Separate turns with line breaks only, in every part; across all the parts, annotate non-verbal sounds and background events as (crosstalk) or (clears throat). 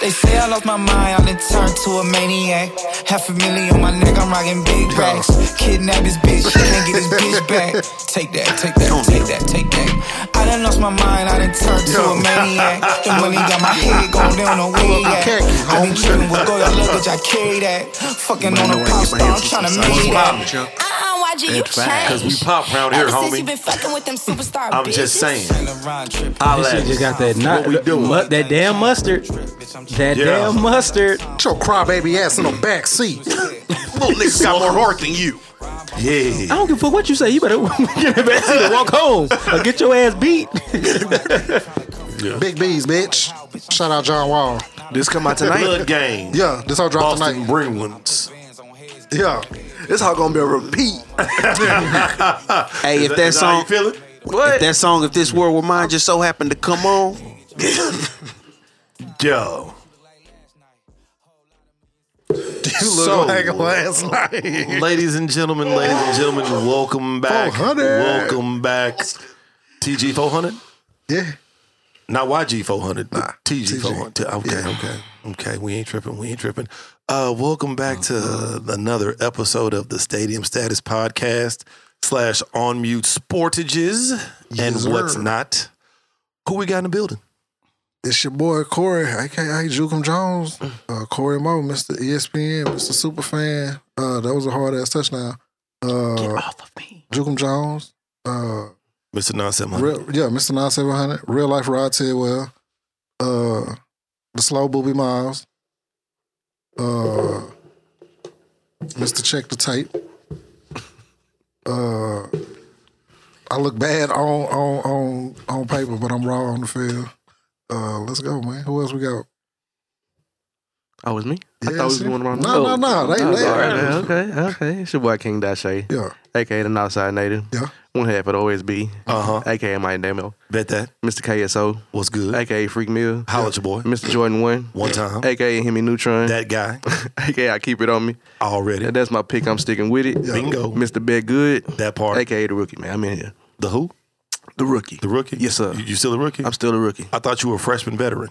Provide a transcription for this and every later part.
They say I lost my mind, I done turned to a maniac. Half a million on my neck, I'm rocking big racks. Kidnap this bitch, can't get this bitch back. Take that, take that, take that, take that. I done lost my mind, I done turned to a maniac. The money got my head going down the way at. I been tripping with gold luggage, I carry that. Fucking on a pop star, I'm trying to
What's
make
poppin',
that.
chump?
Uh-uh, YG, you
That's right.
changed.
'Cause we pop round here,
Ever since
homie.
you been fucking with them superstar
I'm just
bitches.
saying.
And a round trip.
I'll
This
let
shit
you.
just got that
What
not
we doing?
mu- that damn mustard. That
Yeah.
damn mustard.
Put your crybaby ass in the back seat.
Little niggas got more heart than you.
Yeah.
I don't give a fuck what you say. You better (laughs) get in the back seat and walk home or get your ass beat.
Big B's, bitch. Shout out John Wall.
This come out tonight.
Blood gang.
Yeah, this all dropped
Boston
tonight.
Bruins.
Yeah.
This how gonna be a repeat.
Hey, if
Is is
that
how you
song,
feeling?
if that song, if this world were mine, just so happened to come on.
Yo.
(laughs) You look
So-
like last
(laughs)
night.
ladies and gentlemen, ladies and gentlemen, welcome back.
400.
Welcome back. TG 400?
Yeah.
Not YG 400. Nah, TG
TG.
400. Okay, okay. Okay, we ain't tripping. We ain't tripping. Uh, welcome back to
Uh-huh.
another episode of the Stadium Status Podcast slash On Mute Sportages and
Yes, sir.
What's Not. Who we got in the building?
It's your boy Corey, aka Jukum Jones, uh, Corey Moe, E Mr. ESPN, Mr. Superfan. Uh, that was a hard ass touchdown. Uh, Get off of me, Jukum Jones. Uh,
Mr. Nonsense.
real, yeah, Mr. Nine Seven Hundred, real life Rod Tidwell, uh, the slow booby Miles, uh, Mr. Check the Tape. Uh, I look bad on on on on paper, but I'm raw on the field. Uh, let's go, man. Who else we got?
Oh, it was me?
Yeah,
I thought it was
see?
going around.
No, no,
Oh.
no. They,
Oh,
they,
all right, okay, okay. It's your boy King Dashay,
Yeah,
aka the Northside Native.
Yeah. Uh-huh.
One half would always be,
Uh huh.
aka Mike Damiel,
Bet that.
Mr. KSO,
What's good?
aka Freak Mill,
Holla at your boy.
Mr. Jordan One,
One time.
aka Hemi Neutron, (laughs)
That guy
aka I Keep It On Me.
already.
That- That's my pick. I'm sticking with it.
Bingo.
Mr. Bet Good,
That part.
aka the rookie, man. I'm in here.
The who?
The rookie.
The rookie?
Yes, sir.
You, you still a rookie?
I'm still a rookie.
I thought you were a freshman veteran.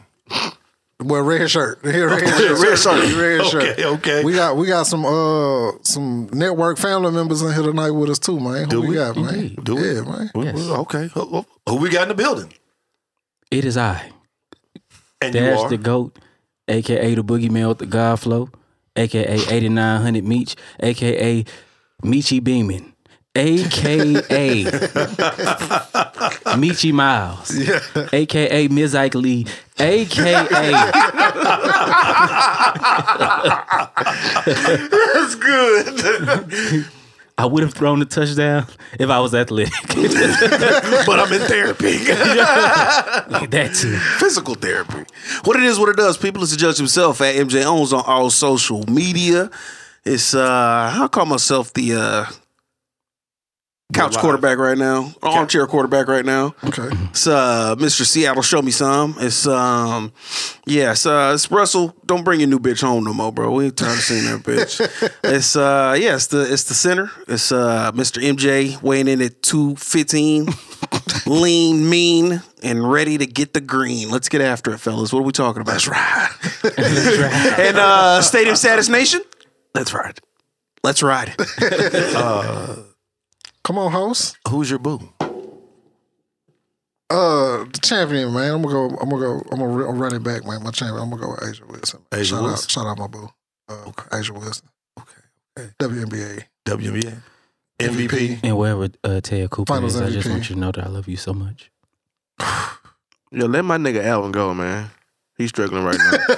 well, red shirt. (laughs) Here, red shirt.
Red shirt.
Red shirt.
Okay, okay.
We got we got some uh some network family members in here tonight with us too, man. Who
Do
we,
we?
got, man?
Indeed.
Do we?
yeah, man.
Well,
Yes.
well, Okay. Who, who- who we got in the building?
It is I.
And you
Dash
are.
the goat, aka the boogie man with the God flow, aka 8900 Meech, aka Meechy Beeman, aka
(laughs)
Meechy Miles, aka Ms. Ike Lee,
(laughs)
aka
That's good. (laughs)
I would have thrown the touchdown if I was athletic. (laughs)
But I'm in
(laughs)
therapy.
that too.
Physical therapy. What it is, what it does. People is to judge himself at MJ Owns on all social media. It's uh, I call myself the uh, couch
live.
quarterback right now, armchair quarterback right now.
Okay.
It's uh, Mr. Seattle, show me some. It's um, yeah, it's, uh, it's Russell. Don't bring your new bitch home no more, bro. We ain't tired of seeing that (laughs) bitch. it's uh, yeah, it's the it's the center. It's uh, Mr. MJ weighing in at two (laughs) fifteen, lean, mean, and ready to get the green. Let's get after it, fellas. What are we talking about? That's right. and uh, Stadium Status Nation. That's right. Let's ride it.
Come on, host.
Who's your boo?
Uh, the champion, man. I'm gonna go. I'm gonna go. I'm gonna re- I'm running back, man. My champion. I'm gonna go with Asia Wilson. man.
Asia
shout
Wilson.
out, shout out, my boo. Uh, Asia Wilson. Okay. WNBA.
(laughs) WNBA. MVP.
And wherever uh, Ted Cooper
Finals
is, I just
MVP.
want you to know that I love you so much.
Yo, let my nigga Alvin go, man. He's struggling right now.
(laughs)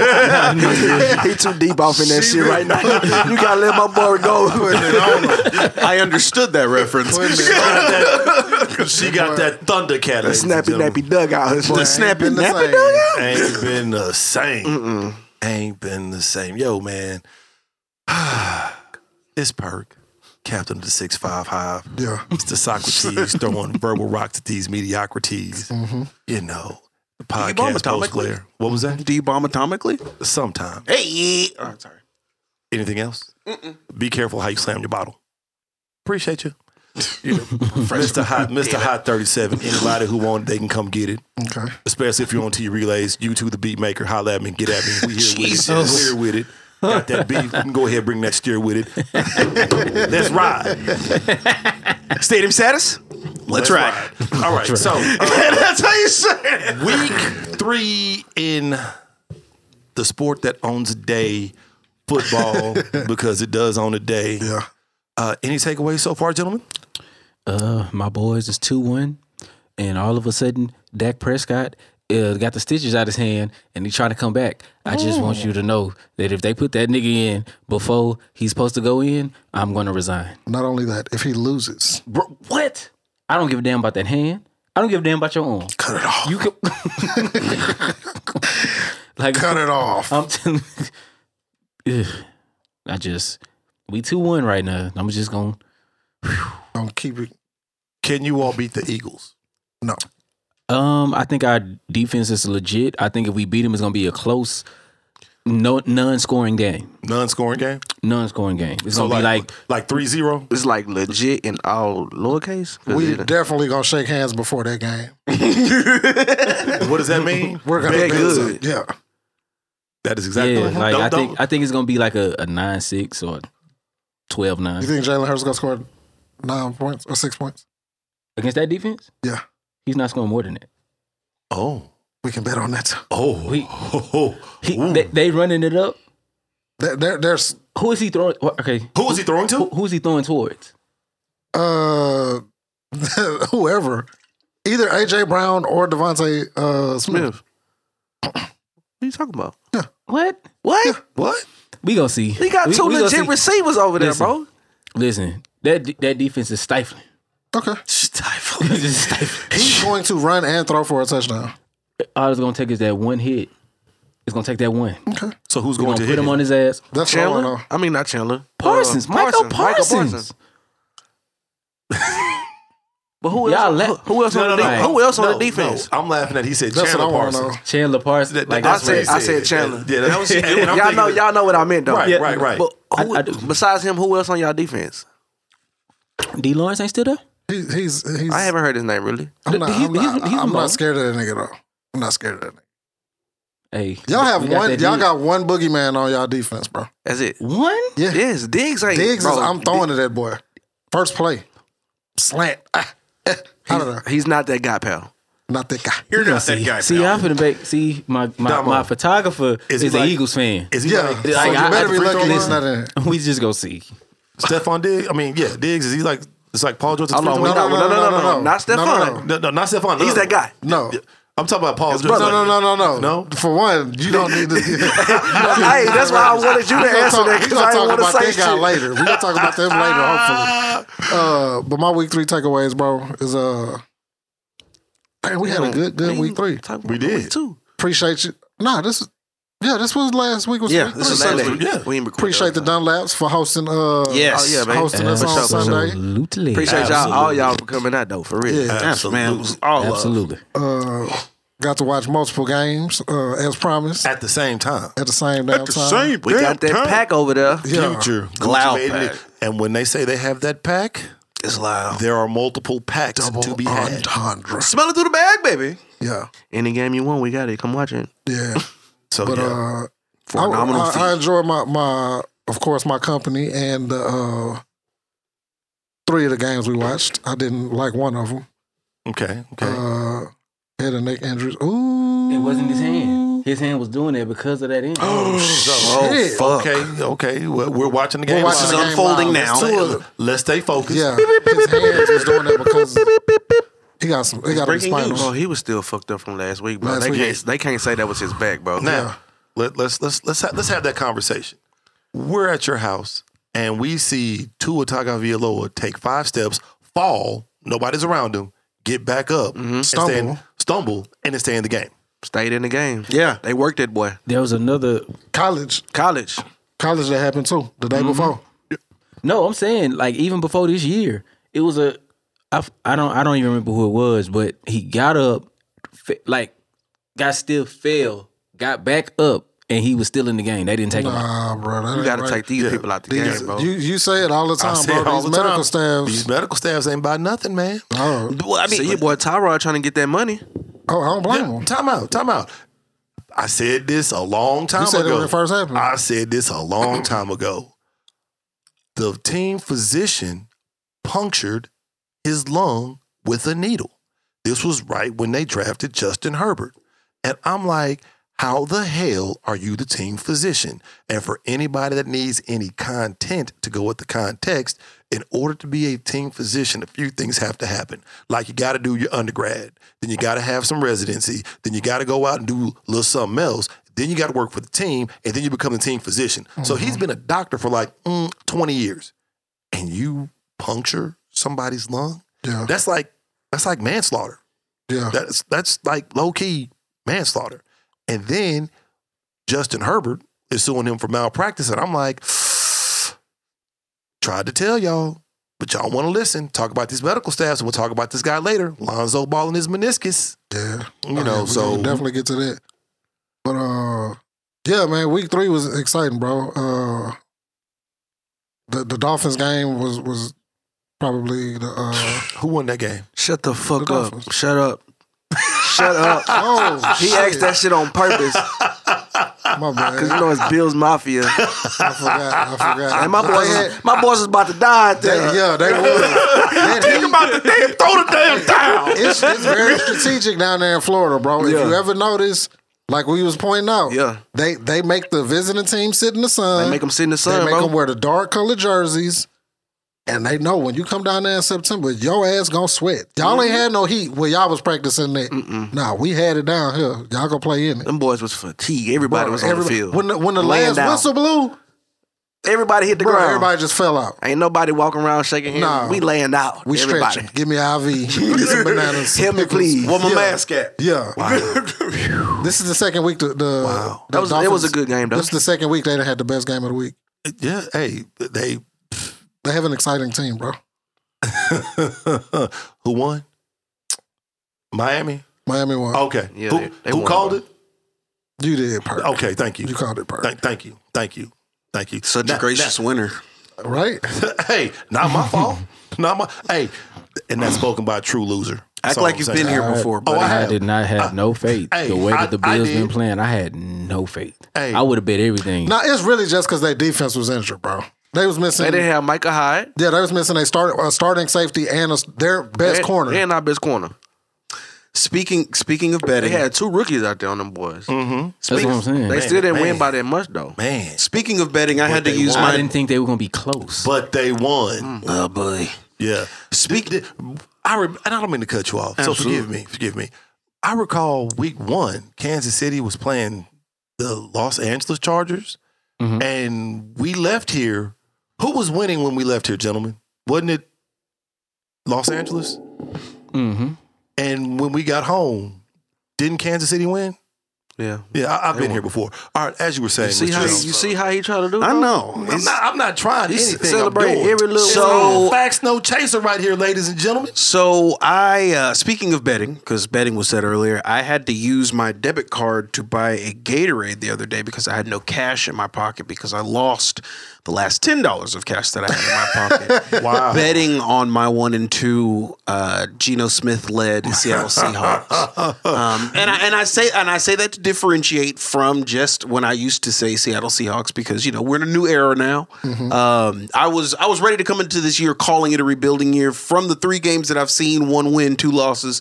he too deep off in that shit right now. (laughs) You gotta let my boy go. (laughs) I understood that reference.
She got that, (laughs) she got that Thundercat. ladies and
Snappy
gentlemen.
nappy dugout. The snappy
ain't been the
nappy
same.
dugout.
Ain't been the same. Ain't been the same. Yo, man. (sighs) it's Perk, captain of the 655 Hive.
Yeah.
It's the Socrates (laughs) throwing verbal rocks at these mediocrities. You know, the podcast post glare. What was that?
Do you bomb atomically?
Sometime.
Hey. Oh, sorry. (laughs)
Anything else? Be careful how you slam your bottle. Appreciate you. (laughs) Mr. Hot, Mr. Hot 37. Anybody who want, it, they can come get it.
Okay.
Especially if you're on T Relays, you two, the beat maker, holla at me, get at me. We here with
Jesus.
it. We're here with it. Got that beat? You can go ahead, bring that steer with it. Let's ride.
Stadium status? Let's ride.
ride. All right, so uh,
That's how you say it.
week three in the sport that owns a day, football, because it does own a day.
Yeah.
Uh, any takeaways so far, gentlemen?
Uh, my boys is two one, and all of a sudden Dak Prescott uh, got the stitches out his hand, and he trying to come back. I just want you to know that if they put that nigga in before he's supposed to go in, I'm gonna resign.
Not only that, if he loses,
Bro, what? I don't give a damn about that hand. I don't give a damn about your arm. Cut it off. You can. (laughs) like
cut it off.
I'm telling. Ugh. (laughs) I just we two one right now. I'm just gonna.
Don't keep it.
Can you all beat the Eagles?
No.
Um, I think our defense is legit. I think if we beat them, it's gonna be a close, no non-scoring game.
Non-scoring game,
Non-scoring game. It's gonna be like
like three zero.
It's like legit in all lowercase. 'Cause
We
it-
definitely gonna shake hands before that game.
What does that mean?
We're gonna
Bet
bet
good.
some- Yeah.
That is exactly.
yeah,
what-
like
don't-
I
don't-
think I think it's gonna be like a, a nine-six or 12-9
You think Jalen Hurts gonna score nine points or six points?
against that defense.
Yeah.
He's not scoring more than that.
oh,
We can bet on that.
oh,
We-
oh, oh.
He,
Ooh.
they, they running it up.
There, there, there's
Who is he throwing? Okay,
Who was he throwing
who,
to?
who's he throwing towards?
uh (laughs) whoever, either AJ Brown or Devontae uh, Smith.
Smith. What are you talking about?
What?
What? What?
We gonna see.
He got
We-
two
we gonna
legit
see.
receivers over there,
Listen.
bro.
Listen, that de- that defense is stifling.
Okay,
(laughs) It's just stifling.
he's going to run and throw for a touchdown.
All it's gonna take is that one hit. It's gonna take that one.
So who's
We're
going
gonna
to
put
hit
him,
him?
on his ass.
That's all I know.
Chandler? I mean, not Chandler.
Parsons,
Uh,
Michael Parsons.
(laughs) But who else?
Y'all let-
who else on the
no,
defense?
no.
Who else
No,
on the defense?
no, I'm laughing at he said
That's
Chandler
what I want to
Parsons.
know.
Chandler Parsons.
That- that-
like
that's
that's
I
what
said,
he
I said
said.
Chandler.
Yeah, that's-
That was-
and I'm
y'all
thinking-
know, y'all know what I meant though.
Right,
Yeah.
right, right.
But who,
I- I do.
besides him, who else on y'all defense?
D. Lawrence ain't still there.
He, he's he's.
I haven't heard his name really.
I'm not,
He's-
I'm, not,
he's- he's
I'm
low.
not scared of that nigga though. I'm not scared of that. Nigga.
Hey,
Y'all have
we
one.
that
Y'all
dude.
got one boogeyman on y'all defense, bro.
That's it.
one.
Yeah.
Yes, Diggs ain't.
Diggs
bro,
is. I'm throwing to that boy. First play, slant. Ah, eh, out of there.
He's not that guy, pal.
Not that guy.
You're not that guy.
See, I'm finna make. See, my my,
Damo.
my photographer
Is
is,
he
an
like-
Eagles fan. (laughs)
Is he
Yeah.
like,
so
like,
you
I- at
better
the
be
free
lucky
throw
he's
line?
not in it.
We just gonna see.
Stephon Diggs? I mean, yeah, Diggs is he like it's like Paul George? at the
Hold on,
free
we
throw
not-
line?
no, no, no, no, no, not
No, no, no.
Stephon.
no, no, not Stephon.
He's that guy.
No.
I'm talking about Paul George.
No, no, no, no, no.
No?
For one, you don't need to. (laughs)
Hey, that's why I wanted you to
We're gonna
answer
talk,
that
we
because
gonna
I
talk
didn't want
about
to say
that guy
shit.
later. We're gonna talk about them later, hopefully. Uh, but my week three takeaways, bro, is uh, man, we had
Mm.
a good, good week three.
We did.
too.
Appreciate you. Nah, this, is- yeah, this was last week. Was
Yeah,
week
this
three,
is
so
last
so-
week.
yeah.
We ain't recorded
Appreciate the
that.
Dunlaps for hosting. Uh,
Yes.
Oh, yeah, man.
hosting us on Sunday.
Absolutely.
Appreciate y'all,
Absolutely.
all y'all for coming out though, for real.
Yeah.
Yes, man. It was all up.
Absolutely.
Uh, got to watch multiple games uh, as promised
At the same time,
at the same damn time.
We got that pack over there.
Yeah.
Future Gucci
Loud
made it.
pack.
And when they say they have that pack,
It's loud.
there are multiple packs to be had.
entendre.
Smell it through the bag, baby.
Yeah,
Any game you want, we got it. Come watch it.
yeah.
So
But
yeah.
uh, I, I, I enjoy my my of course my company and uh, three of the games we watched. I didn't like one of them.
okay, okay.
Uh, head and neck injuries. Ooh,
It wasn't his hand. His hand was doing it because of that injury. Oh,
Oh, fuck.
Okay, okay. Well, we're watching the game.
watching
This is
the game
unfolding
live.
now.
There's two of them.
Let's stay focused.
Yeah, his hands was doing that because he got some. He got to be
breaking
spinal.
Oh, he was still fucked up from last week, bro.
Last
they,
week.
Can't, they can't say that was his back, bro.
Now, let, let's let's let's ha- let's have that conversation. We're at your house and we see Tua Tagovailoa take five steps, fall. Nobody's around him. Get back up, and stay in-
Mm-hmm. Stumble.
stumble, and then stay in the game.
stayed in the game.
Yeah.
They worked that boy.
(gasps) There was another.
College,
College.
college that happened too the day before.
No, I'm saying like even before this year, it was a. I, I don't I don't even remember who it was, but he got up, fe- like got still fell, got back up, and he was still in the game. They didn't take him out.
Nah, Ah, bro. That
You
ain't
got to
right.
take these
Yeah.
people out the
These-
game, bro.
You you say it all the
I
time,
say it
bro.
all
These
the time.
medical staffs.
These medical staffs ain't by nothing, man.
Oh,
I mean, See your boy Tyrod trying to get that money.
oh, I don't blame
Yeah,
them.
time out, time out. I said this a long time
said it
ago.
when it first happened.
I said this a
(clears throat)
long time ago. The team physician punctured his lung with a needle. This was right when they drafted Justin Herbert. And I'm like, how the hell are you the team physician? And for anybody that needs any content to go with the context, in order to be a team physician, a few things have to happen. Like you got to do your undergrad, then you got to have some residency, then you got to go out and do a little something else, then you got to work for the team, and then you become the team physician. So he's been a doctor for like mm, 20 years, and you puncture somebody's lung?
Yeah,
That's like that's like manslaughter. (laughs)
yeah.
That's that's like low key manslaughter. And then Justin Herbert is suing him for malpractice, and I'm like, (sighs) tried to tell y'all, but y'all want to listen. Talk about these medical staffs, and we'll talk about this guy later. Lonzo balling his meniscus.
Yeah.
You
Oh,
know,
yeah, we
so-
gonna definitely get to that. But uh yeah, man, week three was exciting, bro. Uh the the Dolphins game was was probably the
(laughs)
uh
Who won that
(laughs)
game?
Shut the fuck
The
up.
Dolphins.
Shut up. Shut up.
Oh
He asked that shit on purpose
my
because you
bad.
know it's Bill's Mafia.
I forgot. I forgot.
And my
But
boys,
they
was-
had-
my boys was about to die. out
they-
there.
yeah,
(laughs)
they were. Think about
Damn, throw the damn towel.
it's, it's
(laughs)
very strategic down there in Florida, bro. If you ever notice, like we was pointing out,
Yeah.
they they make the visiting team sit in the sun.
They make 'em sit in the sun,
They make
bro.
them wear the dark colored jerseys. And they know when you come down there in September, your ass gonna sweat. Y'all
Mm-hmm.
ain't had no heat where y'all was practicing that. Nah, we had it down here. Y'all gonna play in it.
Them boys was fatigued. Everybody was on
Everybody-
the field.
When the, when the
Laying
last
down.
whistle blew,
everybody hit the
bro,
ground.
everybody just fell out.
Ain't nobody walking around shaking hands.
Nah.
We laying out.
We
everybody.
stretching. Give me an
(laughs)
IV. Give me some bananas.
Help me,
pickles.
please.
What my mask at?
Yeah.
(laughs)
this is the second week the, the wow.
That was- it was a good game, though.
This is the second week they done had the best game of the week.
Yeah, hey, they
They have an exciting team, bro.
who won? Miami.
Miami won.
Okay.
Yeah,
who
they- they
who
won.
called it?
You did, Perk.
Okay, thank you.
You called it, Perk.
Thank, thank you. Thank you. Thank you.
Such
Now-
a gracious winner.
right?
now- (laughs) hey, not my fault. Not my. Hey, and that's spoken by a true loser.
Act
That's all
like
I'm
you've
saying.
been here before,
Oh,
buddy.
I
I
have.
did not have no faith.
hey,
the way
I-
that the
I
Bills been
did.
playing, I had no faith.
Hey.
I would have bet everything.
Now it's really just because their defense was injured, bro. They was missing.
They didn't have Micah Hyde.
yeah, they was missing a start, a starting safety and a, their best
They-
corner.
They ain't our best corner.
Speaking speaking of
They
betting,
had two rookies out there on them boys.
That's what I'm saying.
They still didn't
man.
win by that much though.
Man,
speaking of betting, I had to
they
use
won.
I
my
didn't think they were gonna be close.
but they won.
Oh boy.
Yeah. Speak. I re- and I don't mean to cut you off. So forgive me. Forgive me. I recall week one, Kansas City was playing the Los Angeles Chargers, and we left here. Who was winning when we left here, gentlemen? Wasn't it Los Angeles?
mm-hmm.
And when we got home, didn't Kansas City win?
Yeah.
Yeah, I, I've been here before. All right, as you were saying,
See
Mr.
how you
Jones,
see how he trying to do?
I
though?
know.
I'm not, I'm not trying anything.
celebrate
I'm doing.
every little
so
win.
facts, no chaser, right here, ladies and gentlemen.
So I, uh, speaking of betting, because betting was said earlier, I had to use my debit card to buy a Gatorade the other day because I had no cash in my pocket because I lost the last ten dollars of cash that I had in my pocket
Wow.
betting on my one and two uh, Geno Smith led Seattle Seahawks. Um, and I and I say and I say that to differentiate from just when I used to say Seattle Seahawks because you know we're in a new era now. Um, I was I was ready to come into this year calling it a rebuilding year. From the three games that I've seen, one win, two losses.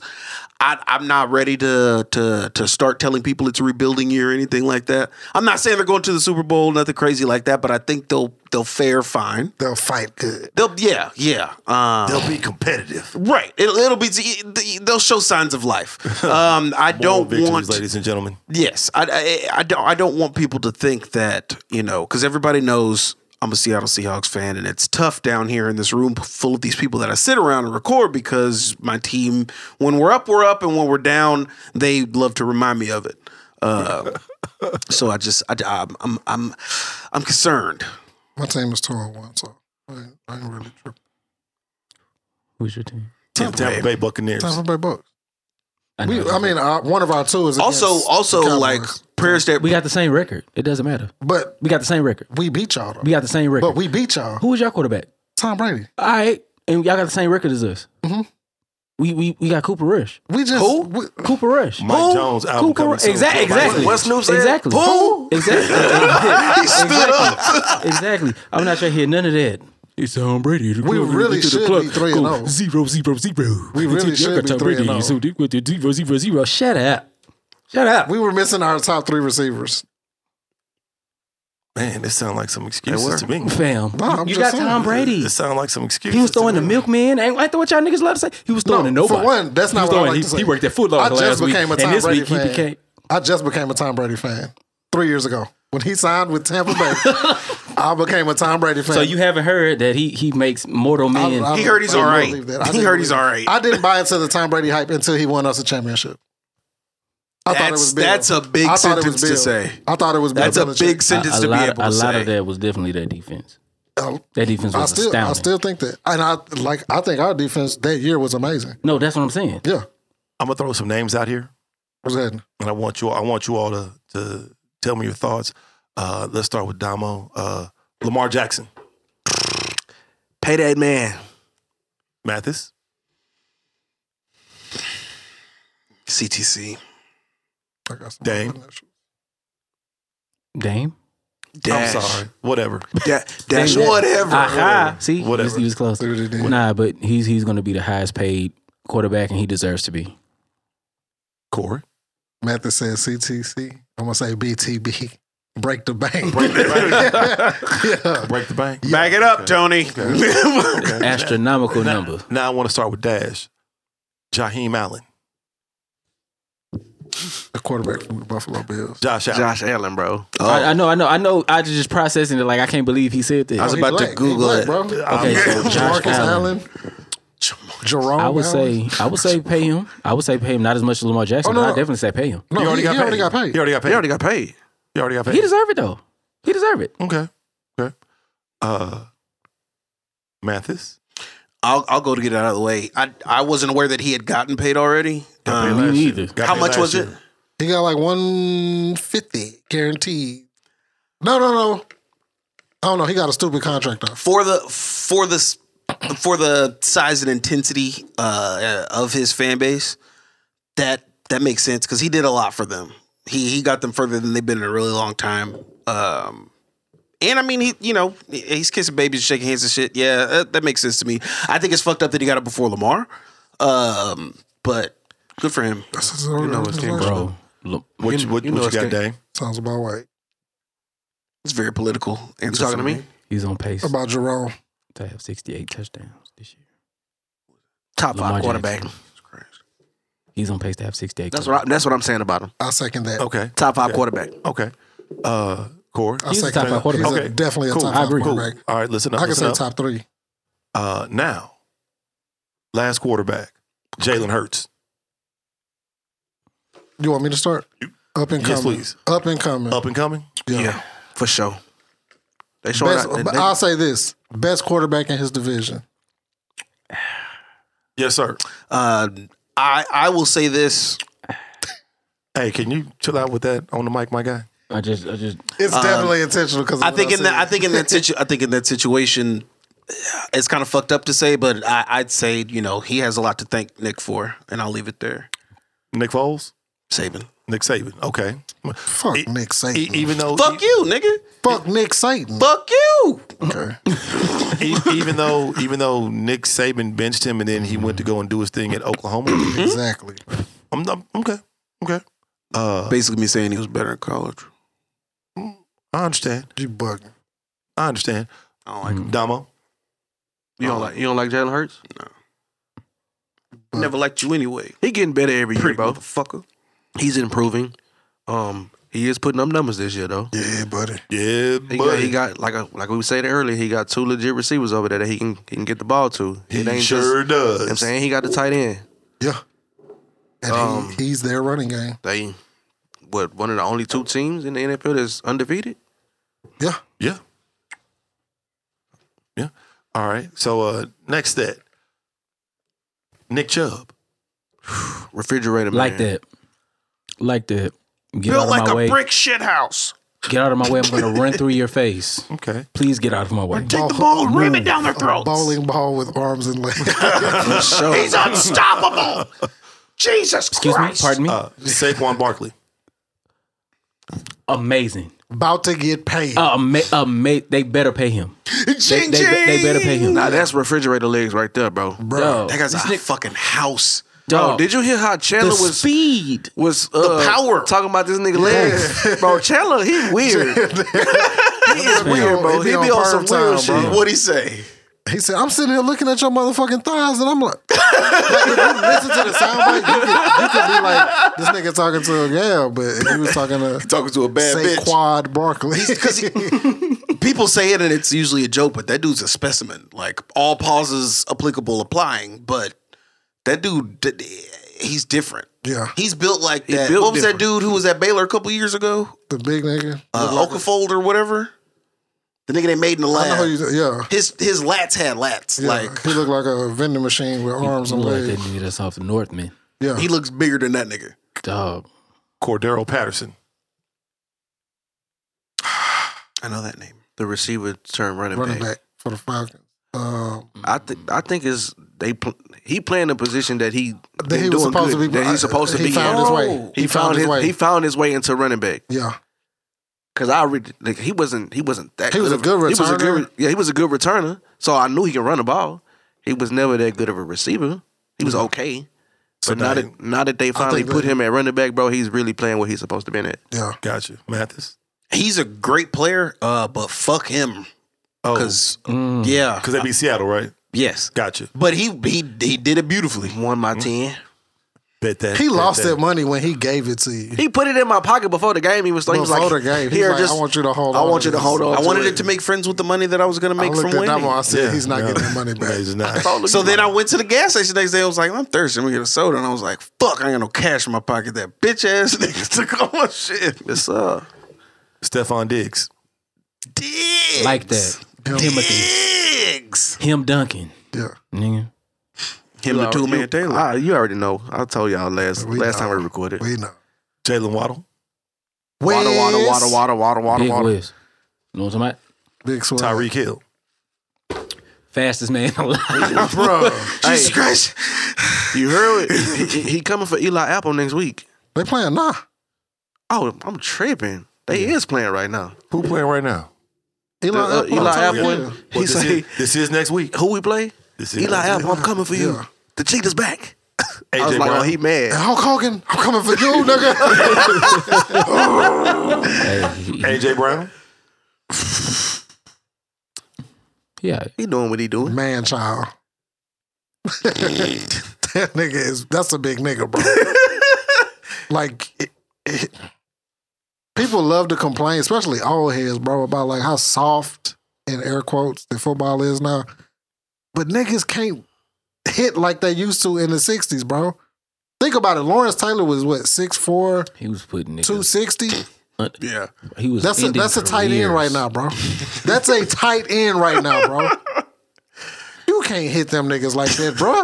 I, I'm not ready to to to start telling people it's a rebuilding year or anything like that. I'm not saying they're going to the Super Bowl, nothing crazy like that, but I think they'll they'll fare fine.
They'll fight good.
They'll yeah yeah. Um,
They'll be competitive.
Right. It'll, it'll be. They'll show signs of life. Um, I
Moral
don't
victories,
want.
ladies and gentlemen.
Yes, I, I, I don't. I don't want people to think that you know, because everybody knows I'm a Seattle Seahawks fan, and it's tough down here in this room full of these people that I sit around and record because my team, when we're up, we're up, and when we're down, they love to remind me of it. (laughs) Uh, so I just, I, I'm, I'm, I'm, I'm concerned.
My team is two and one, so I ain't, I ain't really tripping.
Who's your team?
Tampa, Tampa Bay Buccaneers.
Tampa Bay Bucks.
I,
We,
know.
I mean, uh, one of our two is
Also,
against
also
the Cowboys.
like Prayers that
We got the same record. It doesn't matter.
But
We got the same record.
we beat y'all though.
We got the same record.
but we beat y'all.
Who was your quarterback?
Tom Brady.
All right, and y'all got the same record as us.
Mhm.
We we we got Cooper Rush.
We just
Who?
we-
Cooper Rush.
Mike
Who?
Jones album
Cooper
coming soon.
Exactly. Exactly.
What
Snoop said?
Exactly.
Who?
(laughs)
Exactly.
He stood up.
exactly. I'm not trying to hear none of that. It's Tom Brady.
We really should be 3 and 0.
Zero, zero, zero.
We really
It's
should be 3
Tom
and oh.
Brady,
0.
So they went to zero, zero, zero. Shut up. Shut up.
we were missing our top three receivers.
Man, this sound like some excuses to me.
Fam,
Nah, I'm
you
just
got
saying.
Tom Brady.
This sound like some excuses.
He was throwing
to
the
me.
milkman. Ain't ain't that what y'all niggas love to say? He was throwing
No,
to nobody.
for one, that's
He
not what I
was throwing-
like
he,
to say.
he worked at Foot Locker
I just
last week,
became a Tom
and this
Brady
week
fan.
he became.
I just became a Tom Brady fan three years ago when he signed with Tampa Bay.
(laughs)
I became a Tom Brady fan.
So you haven't heard that he he makes mortal men.
I- I-
He heard he's
I didn't
all right.
believe that. I
He
didn't
heard he's
believe-
all right.
I didn't buy into the Tom Brady hype until he won us a championship. I thought it
That's-
was Bill.
that's a big
I thought it
sentence
was
to
Bill.
say.
I thought it was Bill
That's a
Belichick.
big sentence
a
to
lot,
be able
a
to
lot
say.
of that was definitely their defense.
Uh,
That defense was
I still,
astounding.
I still think that, and I like. I think our defense that year was amazing.
no, that's what I'm saying.
Yeah,
I'm gonna throw some names out here,
was that?
and I want you. I want you all to to tell me your thoughts. Uh, let's start with Damo. Uh, Lamar Jackson,
pay that man.
Mathis,
CTC.
I got some
Dame.
Dame.
Dash.
I'm sorry. Whatever.
Da- dash.
Dame.
Whatever.
Aha.
(laughs)
See,
Whatever.
He, was, he was close.
See what he did?
Nah, but he's he's going to be the highest paid quarterback, and he deserves to be.
Corey.
Mathis says CTC. I'm gonna say BTB. Break the bank.
Break the bank.
(laughs) yeah.
Break the bank.
Back it up, Tony.
Astronomical
Now-
number.
Now I want to start with Dash. Jaheim Allen.
The quarterback from the Buffalo Bills.
Josh Allen.
Josh Allen, bro.
Oh.
Oh.
I, I know, I know, I know. I just processing it. Like I can't believe he said that.
I was
He
about
black.
to
He
Google
black,
it.
Bro.
Okay, so Josh
Marcus Allen.
Allen.
Jerome.
I would
Allen.
say, I would say, pay him. I would say, pay him. Not as much as Lamar Jackson,
Oh, no,
but I
no.
definitely say pay him.
no,
He already,
he,
got
he
paid.
already got paid.
He already got paid.
He already got paid.
He already got paid.
He deserved it though. He deserved it.
Okay. Okay. Uh, Mathis.
I'll, I'll go to get it out of the way. I, I wasn't aware that he had gotten paid already.
Got paid
Um,
me
last year.
neither.
Got
how
paid
much
last
was
year.
it?
He got like 150 guaranteed. No, no, no. I don't know. He got a stupid contract off.
for the for the s- for the size and intensity uh, uh, of his fan base, that that makes sense because he did a lot for them. He he got them further than they've been in a really long time. Um, and I mean, he you know he- he's kissing babies, shaking hands and shit. Yeah, that, that makes sense to me. I think it's fucked up that he got it before Lamar, um, but good for him.
You know
his team,
Bro, look,
What you, what,
you
what
know
you
it's
got,
good.
Dame?
Sounds about right.
It's very political.
You
Answer
talking to me?
he's on pace
About Jerome.
to have 68 touchdowns this year.
Top
Lamar
five
Jackson.
quarterback.
He's on pace to have 68.
That's what I, that's what I'm saying about him.
I second that.
Okay.
Top five
Yeah.
quarterback.
Okay. Uh, Corey.
I
He's a
second
top
that.
five quarterback.
He's a-
Okay,
definitely
cool.
a top
I
five
agree.
quarterback.
All right, listen up.
I can
listen
say
up.
top three.
Uh, now, last quarterback, Jalen Hurts.
You want me to start? Up and coming.
Yes, please.
Up and coming.
Up and coming.
Yeah.
for sure.
They showing
Best,
out. they-
but
they-
I'll say this: best quarterback in his division.
Yes, sir.
Uh, I I will say this.
Hey, can you chill out with that on the mic, my guy?
I just, I just,
It's definitely intentional because
I think in that I think in that situ- I think in that situation, it's kind of fucked up to say, but I, I'd say you know he has a lot to thank Nick for, and I'll leave it there.
Nick Foles,
Saban,
Nick Saban. Okay.
(laughs) fuck
E-
Nick Satan.
E- even though,
fuck you, nigga,
fuck Nick Satan.
fuck you.
Okay.
e- (laughs) even though, even though Nick Saban benched him and then he went to go and do his thing at
(clears throat)
Oklahoma.
exactly.
I'm, I'm okay. Okay. Uh,
Basically, me saying he was better in college.
I understand.
You bugging.
I understand.
I don't like him.
Damo.
you don't like you don't like Jalen Hurts?
Mm-hmm.
Never liked you anyway,
He getting better every year,
pretty
bro.
motherfucker.
He's improving. Um, he is putting up numbers this year though.
Yeah, buddy.
Yeah,
He
buddy.
got, he got like a, like we said earlier, he got two legit receivers over there that he can he can get the ball to.
He
it ain't just
sure does.
I'm saying he got the tight end.
Yeah. And
Um,
he, he's their running game.
They what one of the only two teams in the NFL that's undefeated.
Yeah.
Yeah. Yeah. All right. So uh next that. Nick Chubb.
Refrigerator man.
like that. Like that. Get
Built
out of
like
my
a
way.
brick shit house.
Get out of my way. I'm gonna run through your face.
Okay.
Please get out of my way.
Take the ball and ram it down their throats.
(laughs)
Bowling ball with arms and legs.
He's unstoppable.
(laughs)
Jesus
Excuse
Christ.
me. Pardon me.
Uh, Saquon Barkley.
Amazing.
About to get paid.
Uh, ama- ama- they better pay him. They,
Ching,
they, they better pay him.
Now Ah, that's refrigerator legs right there, bro.
Dog,
That guy's a
this nigga-
fucking house.
Dog.
Dog, did you hear how Chandler
the
was
speed.
was uh,
power.
talking about this nigga (laughs) legs, bro? Chandler, he weird. he is weird,
He
bro.
Oh, be
He be
on
on some
prime
weird
time,
shit.
bro.
What'd he say?
He said, I'm sitting here looking at your motherfucking thighs, and I'm like, (laughs) like if you listen to the soundbite, you could, you could be like, this nigga talking to a gal, but if he was talking
(laughs)
to
Talking to a bad bitch.
Saquad Barkley.
Because (laughs) people say it and it's usually a joke, but that dude's a specimen. Like all pauses applicable applying, but that dude, d- d- he's different.
yeah,
He's built like that.
built
what was
different.
that dude who was at Baylor a couple years ago?
the big nigga.
Uh, Okafold or whatever. The nigga they made in the
I know who
lab.
you, yeah,
His his lats had lats.
yeah.
Like
he looked like a vending machine with arms and
Look like that
legs.
nigga that's off Northman.
Yeah,
he looks bigger than that nigga.
Dog.
Cordero Patterson.
I know that name.
The receiver turned running,
running
back.
back for the Falcons. Um,
I think I think is they pl- he playing a position that he
That
been
he was
doing
supposed
good,
to be-
that he's supposed to
he
be.
found
in.
his way.
He, found his,
way.
he found his way into running back
yeah,
because I read like he wasn't he wasn't that
He was a
of-
good
He was a
returner.
good, yeah, he was a good returner. So I knew he could run the ball. He was never that good of a receiver. He was okay.
So
But now
now
that now that they finally
think
put
that-
him at running back, bro, he's really playing what he's supposed to be at.
yeah.
Got you. Mathis.
He's a great player, uh, but fuck him.
Oh, because
Cause yeah,
they be Seattle, right?
yes.
Got you.
But he he he did it beautifully.
One
Mm.
by ten.
Bet that.
He
bet
lost
that.
that money when he gave it to you.
He put it in my pocket before Uh, the game. He was, he was
Before
like,
the game, he's
here,
like,
just
I want you to hold
I
on
want
to
you to
this."
hold on.
I wanted
to
it to make friends with the money that I was gonna
I
make
looked
from
at that
winning.
one. I said,
(laughs) Yeah,
(laughs) he's not
no.
getting that money back.
No, he's not. (laughs)
So then I went to the gas station the next day. I was like, I'm thirsty. I'm gonna get a soda. And I was like, fuck, I ain't got no cash in my pocket. That bitch ass (laughs) nigga took all my shit.
What's up?
Stephon Diggs.
Diggs.
Like that. Timothy.
Diggs.
Him Duncan.
Yeah.
Nigga.
Him the
You
two
already-
man Taylor.
Ah, you already know. I told y'all last
We
last
know.
time we recorded.
We know.
Jalen Waddle.
Water, water,
Wes,
water, water, water, water,
Big
water.
Wiz. You know what I'm talking about?
Big Swag. (laughs)
Tyreek Hill.
Fastest man (laughs) alive.
Bro,
Jesus Christ! You heard it. He, he- he coming for Eli Apple next week.
they playing nah.
Oh, I'm tripping. They is playing right now.
Who playing right now?
Eli,
Uh,
Apple,
Eli
I'm telling
Apple.
you.
and-
Well,
He
this,
say,
is, this is next week.
"Who we play?
This is
Eli Apple. I'm coming for you.
Yeah.
The cheetah's back."
AJ
I was like,
Brown.
"Oh, he
And
mad."
Hulk Hogan, I'm coming for you,
(laughs)
nigga.
Hey, he-
AJ Brown.
yeah.
He doing what he doing.
Man, child. (laughs) that nigga is, that's a big nigga,
(laughs)
bro. like, it, it- people love to complain, especially old heads, bro, about like how soft, in air quotes, the football is now. But niggas can't hit like they used to in the 60s, bro. Think about it. Lawrence Taylor was what, 6'4,
He was putting niggas.
260?
Yeah.
He was
That's a,
ending
that's a tight end
careers.
right now,
(laughs)
bro. That's a tight end right now, bro. You can't hit them niggas like that,
(laughs)
bro.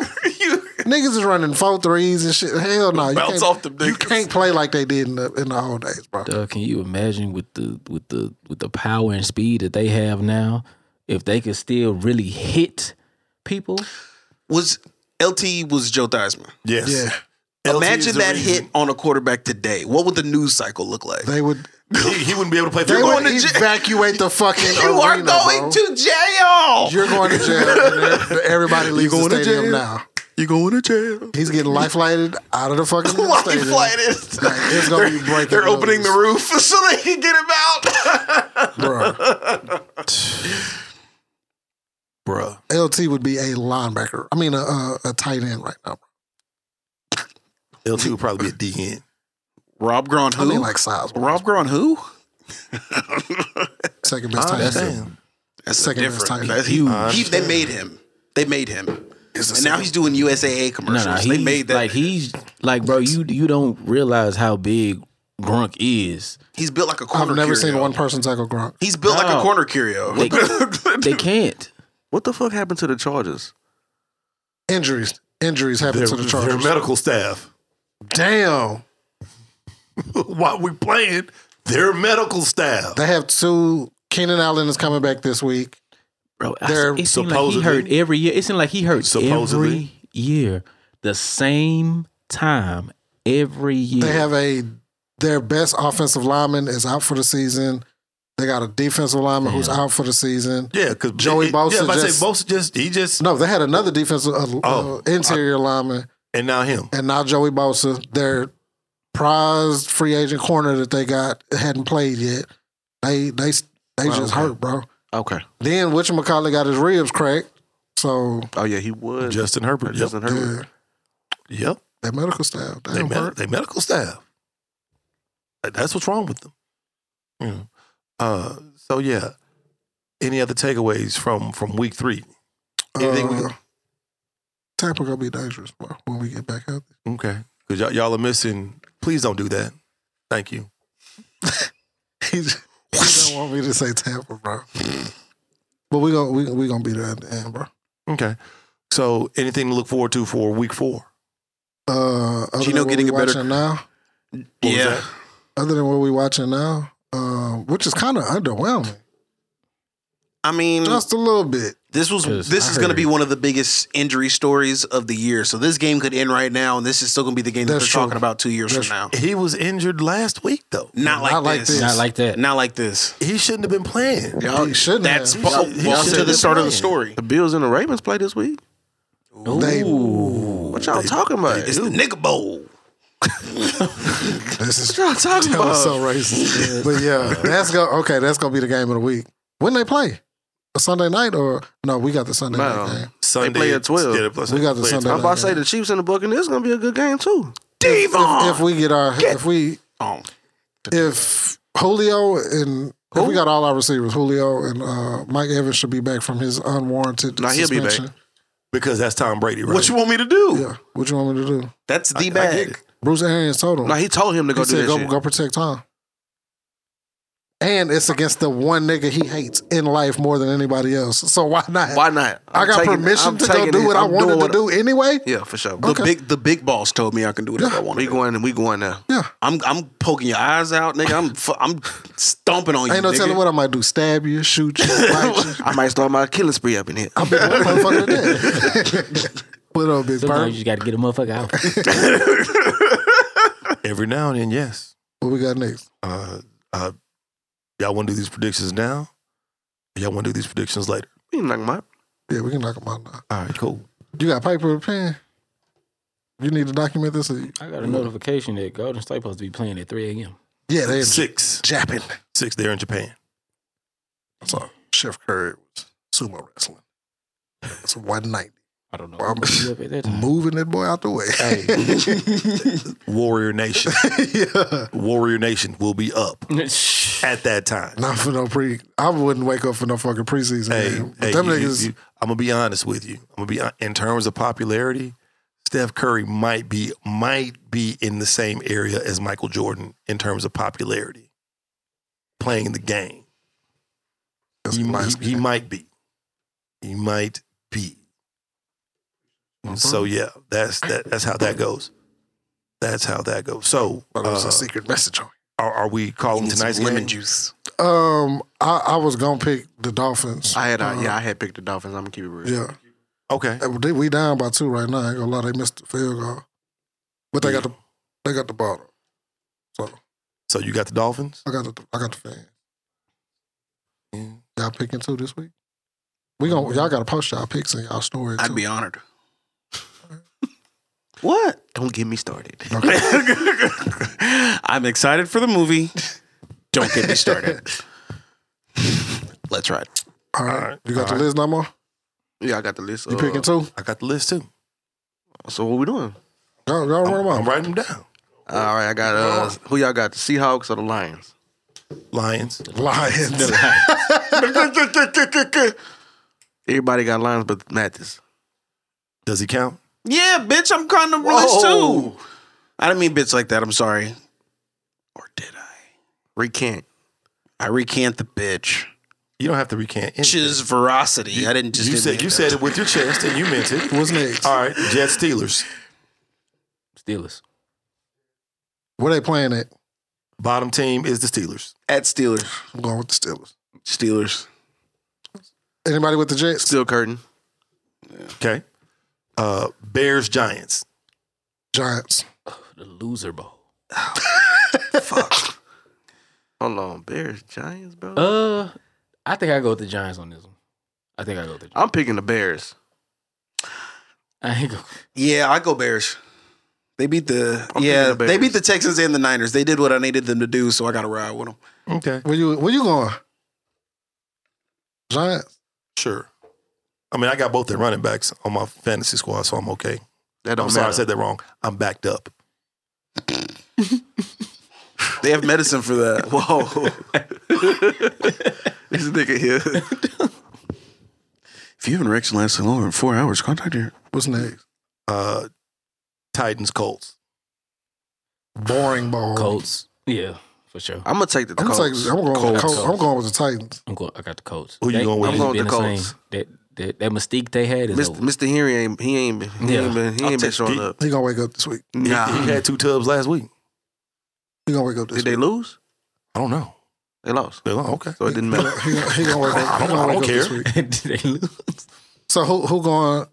niggas is running four threes and shit. Hell no, you
Bounce
can't,
off them
You
niggas.
can't play like they did in the in the old days, bro.
Dog, can you imagine with the with the with the power and speed that they have now, if they could still really hit people?
Was LT was Joe Theismann.
Yes.
Yeah,
LT is
Imagine
the
that
reason-
hit on a quarterback today. What would the news cycle look like?
they would.
(laughs) He, he wouldn't be able to play.
They
for
would
going to jail.
evacuate the fucking.
(laughs) you are
arena,
going
bro.
to jail.
You're going to jail.
(laughs)
and then Everybody leaves
going
the
to
stadium
jail.
now.
You going to jail?
He's getting life flighted out of the fucking
(laughs) Life
stadium.
flighted.
Like, it's gonna be breaking.
(laughs) They're opening the
loose,
roof so they can get him out.
bro.
(laughs) Bruh.
LT would be a linebacker. I mean, a, a, a tight end right now.
LT would probably be a DN.
Rob Gron
I mean, like size.
Rob Gron who?
Second best tight
That's
end.
him.
That's
Second
second
best tight
different.
end.
That's huge. He, they made him. They made him. And now he's doing USAA
No,
commercials.
no,
they
he
made that.
like he's like, bro, you you don't realize how big Grunk is.
he's built like a corner.
I've never
curio.
seen one person tackle Gronk.
He's built like a
No.
corner
(laughs)
curio.
They, they can't.
What the fuck happened to the Chargers?
Injuries. Injuries happen
Their,
to the
their
Chargers.
medical staff.
Damn.
(laughs) while we playing their medical staff.
They have two. Keenan Allen is coming back this week.
Bro, I-
They're
it seemed like he
supposedly-
hurt every year. It seemed like he hurt every
Supposedly.
year, the same time every year.
They have a their best offensive lineman is out for the season. They got a defensive lineman who's out for the season.
Yeah, because
Joey Bosa
Yeah, if I
just-
say Bosa just he just
No, they had another defensive uh,
Oh,
uh, interior lineman,
and now him.
and now Joey Bosa, their prized free agent corner that they got hadn't played yet. They they they just hurt, bro.
Okay.
Then Witcher McCauley got his ribs cracked, so
Oh yeah, he would.
Justin Herbert. Yep.
Justin
yeah,
Herbert.
Yep.
that medical staff. They
They, med- they medical staff. Like, That's what's wrong with them. You know. Uh, so yeah. Any other takeaways from from week three? Anything we
uh, Tampa gonna be dangerous, bro, when we get back
(laughs)
out.
Okay. Because y'all, y'all are missing. Please don't do that. Thank you.
(laughs) He don't want me to say Tampa, bro. But we gonna we, we gonna be there at the end, bro.
Okay. So anything to look forward to for week four?
Uh, other
Gino
than what
getting
we
a better-
watching now.
yeah.
Other than what we watching now, um, which is kind of underwhelming,
I mean,
just a little bit.
this was
'Cause
this
I
is going to
heard-
be one of the biggest injury stories of the year. So this game could end right now, and this is still going to be the game that
That's
they're
true.
talking about two years
That's
from now.
He was injured last week though.
Not like
Not like
this.
this.
Not like that.
Not like this.
He shouldn't have been playing.
Y'all shouldn't.
That's
have.
well,
should- he
welcome
should
to
have
the
been
start of the
playing.
story.
The Bills and the Ravens play this week.
They-
What y'all talking about? It's the nigga bowl.
this is
What y'all talking
that
about?
was so racist. but yeah, that's go okay. That's gonna be the game of the week. When they play a Sunday night or no? We got the Sunday
Wow.
night game.
Sunday
play at 12.
Yeah, they play-
We got the
play at
Sunday
I'm about to say
night
the Chiefs and the Buccaneers is gonna be a good game too.
Devon.
If we get our if we
Oh.
if Julio and if we got all our receivers, Julio and uh, Mike Evans should be back from his unwarranted
Nah, he'll be back.
suspension.
Because that's Tom Brady, right?
What you want me to do?
Yeah, what you want me to do?
That's the
I get-
bag.
Bruce Arians told him.
No, he told him to
he
go do
said,
that
"Go,
shit.
go protect Tom." And it's against the one nigga he hates in life more than anybody else. So why not?
Why not?
I
I'm
got
taking-
permission
I'm
to go
taking
do
it.
what I
I'm
wanted to
doing
do anyway.
Yeah, for sure.
The
Okay.
big the big boss told me I can do whatever I want.
We
to do.
going and we going now.
Yeah,
I'm I'm poking your eyes out, nigga. I'm fu- I'm stomping on you.
ain't no
nigga.
telling what I might do: stab you, shoot
(laughs)
you, bite you.
I might start my killing spree up in here.
I'll be one motherfucker to death. (laughs) Put on big
Sometimes you
bird.
just got to get a motherfucker out.
Every now and then, yes.
What we got next?
Uh, uh, y'all want to do these predictions now? Or y'all want to do these predictions later?
We knock 'em out.
Yeah, we can knock them out now.
All right, cool.
You got paper and pen? You need to document this? Or you?
I got a notification that Golden State supposed to be playing at 3 a.m.
Yeah, they
Six.
japping.
Six there in Japan.
So Chef Curry was sumo wrestling. It's 190.
I don't know.
Well, I'm-
Be up at that
(laughs)
time.
Moving that boy out the way.
Warrior Nation.
yeah.
Warrior Nation will be up at that time.
(laughs) Not for no pre. I wouldn't wake up for no fucking preseason
Hey,
game. But
hey
them
you- you-
niggas,
you- I'm gonna be honest with you. I'm gonna be hon- in terms of popularity. Steph Curry might be might be in the same area as Michael Jordan in terms of popularity, playing the game.
that's
He,
nice.
he, he might be. He might be. And So yeah, that's that, that's how that goes. That's how that goes. So
But it was
uh,
a secret message on
are, are we calling
Need some
tonight's
lemon
game?
juice.
you. Um, I, I was gonna pick the Dolphins.
I had uh, yeah, I had picked the Dolphins. I'm gonna keep it real.
Uh-huh. Yeah,
Okay.
Uh, they- we down by two right now. I ain't gonna lie, they missed the field goal, but they got the they got the ball. though. So
So you got the Dolphins.
I got the I got the fan. Y'all picking two this week? We gonna y'all gotta post y'all picks and y'all story.
I'd
too.
be honored.
What? Don't get me started. (laughs)
I'm excited for the movie. Don't get me started. (laughs) Let's ride.
all right.
All right.
You got the
All right.
list no more?
Yeah, I got the list.
You
uh,
picking two?
I got the list too.
So what we doing?
Go go run them
I'm
off.
writing them down.
All right, I got uh, who y'all got? The Seahawks or
(laughs)
the Lions?
Lions.
Lions.
Everybody got Lions, but Mathis.
Does he count?
Yeah, bitch, I'm on the list too. I didn't mean bitch like that. I'm sorry. Or did I?
Recant.
I recant the bitch.
You don't have to recant. anything.
Bitch's veracity. I didn't just
you
didn't
said
mean
you
that.
said it with your chest and you meant it.
What's next?
All right, Jets Steelers.
Steelers.
Where they playing at?
Bottom team is the Steelers.
At Steelers.
I'm going with the Steelers.
Steelers.
Anybody with the Jets?
Steel curtain.
Okay. Uh, Bears Giants.
Giants.
The loser bowl.
Hold on, Bears, Giants, bro.
Uh, I think I go with the Giants on this one. I think I go with the. Giants.
I'm picking the Bears.
I ain't go.
Yeah, I go Bears. They beat the yeah.
picking the
they
Bears.
beat the Texans and the Niners. They did what I needed them to do, so I got to ride with them.
Okay.
Where you where you going? Giants.
Sure. I mean, I got both their running backs on my fantasy squad, so I'm okay.
That
I'm
don't
sorry I
matter.
said that wrong. I'm backed up.
They have medicine for that. Whoa,
this nigga here.
if you haven't erection lasting longer than four hours, contact your
What's next?
Uh, Titans Colts.
Boring ball.
Colts. Yeah, for sure.
I'm gonna take the
I'm
Colts.
gonna take. I'm going. With the
Colts.
Colts. I'm going with the Titans.
I'm going. I got the Colts.
Who you
They-
going with?
they've
I'm going
been
with the
the
Colts.
same. That, that that mystique they had is
Mr.
over.
Mr. Henry ain't he ain't been he
Yeah.
ain't been he
I'll
ain't been
take
showing
the-
up.
He gonna wake up this week.
He-
Nah.
He, had two tubs last week.
He gonna wake up this
Did they
week.
lose?
I don't know.
They lost.
They're like, okay.
So it
(laughs)
didn't matter.
He gonna, he gonna wake up.
I
He
don't- I
gonna wake
don't
up this
care.
week.
Did (laughs) they lose?
So who who going?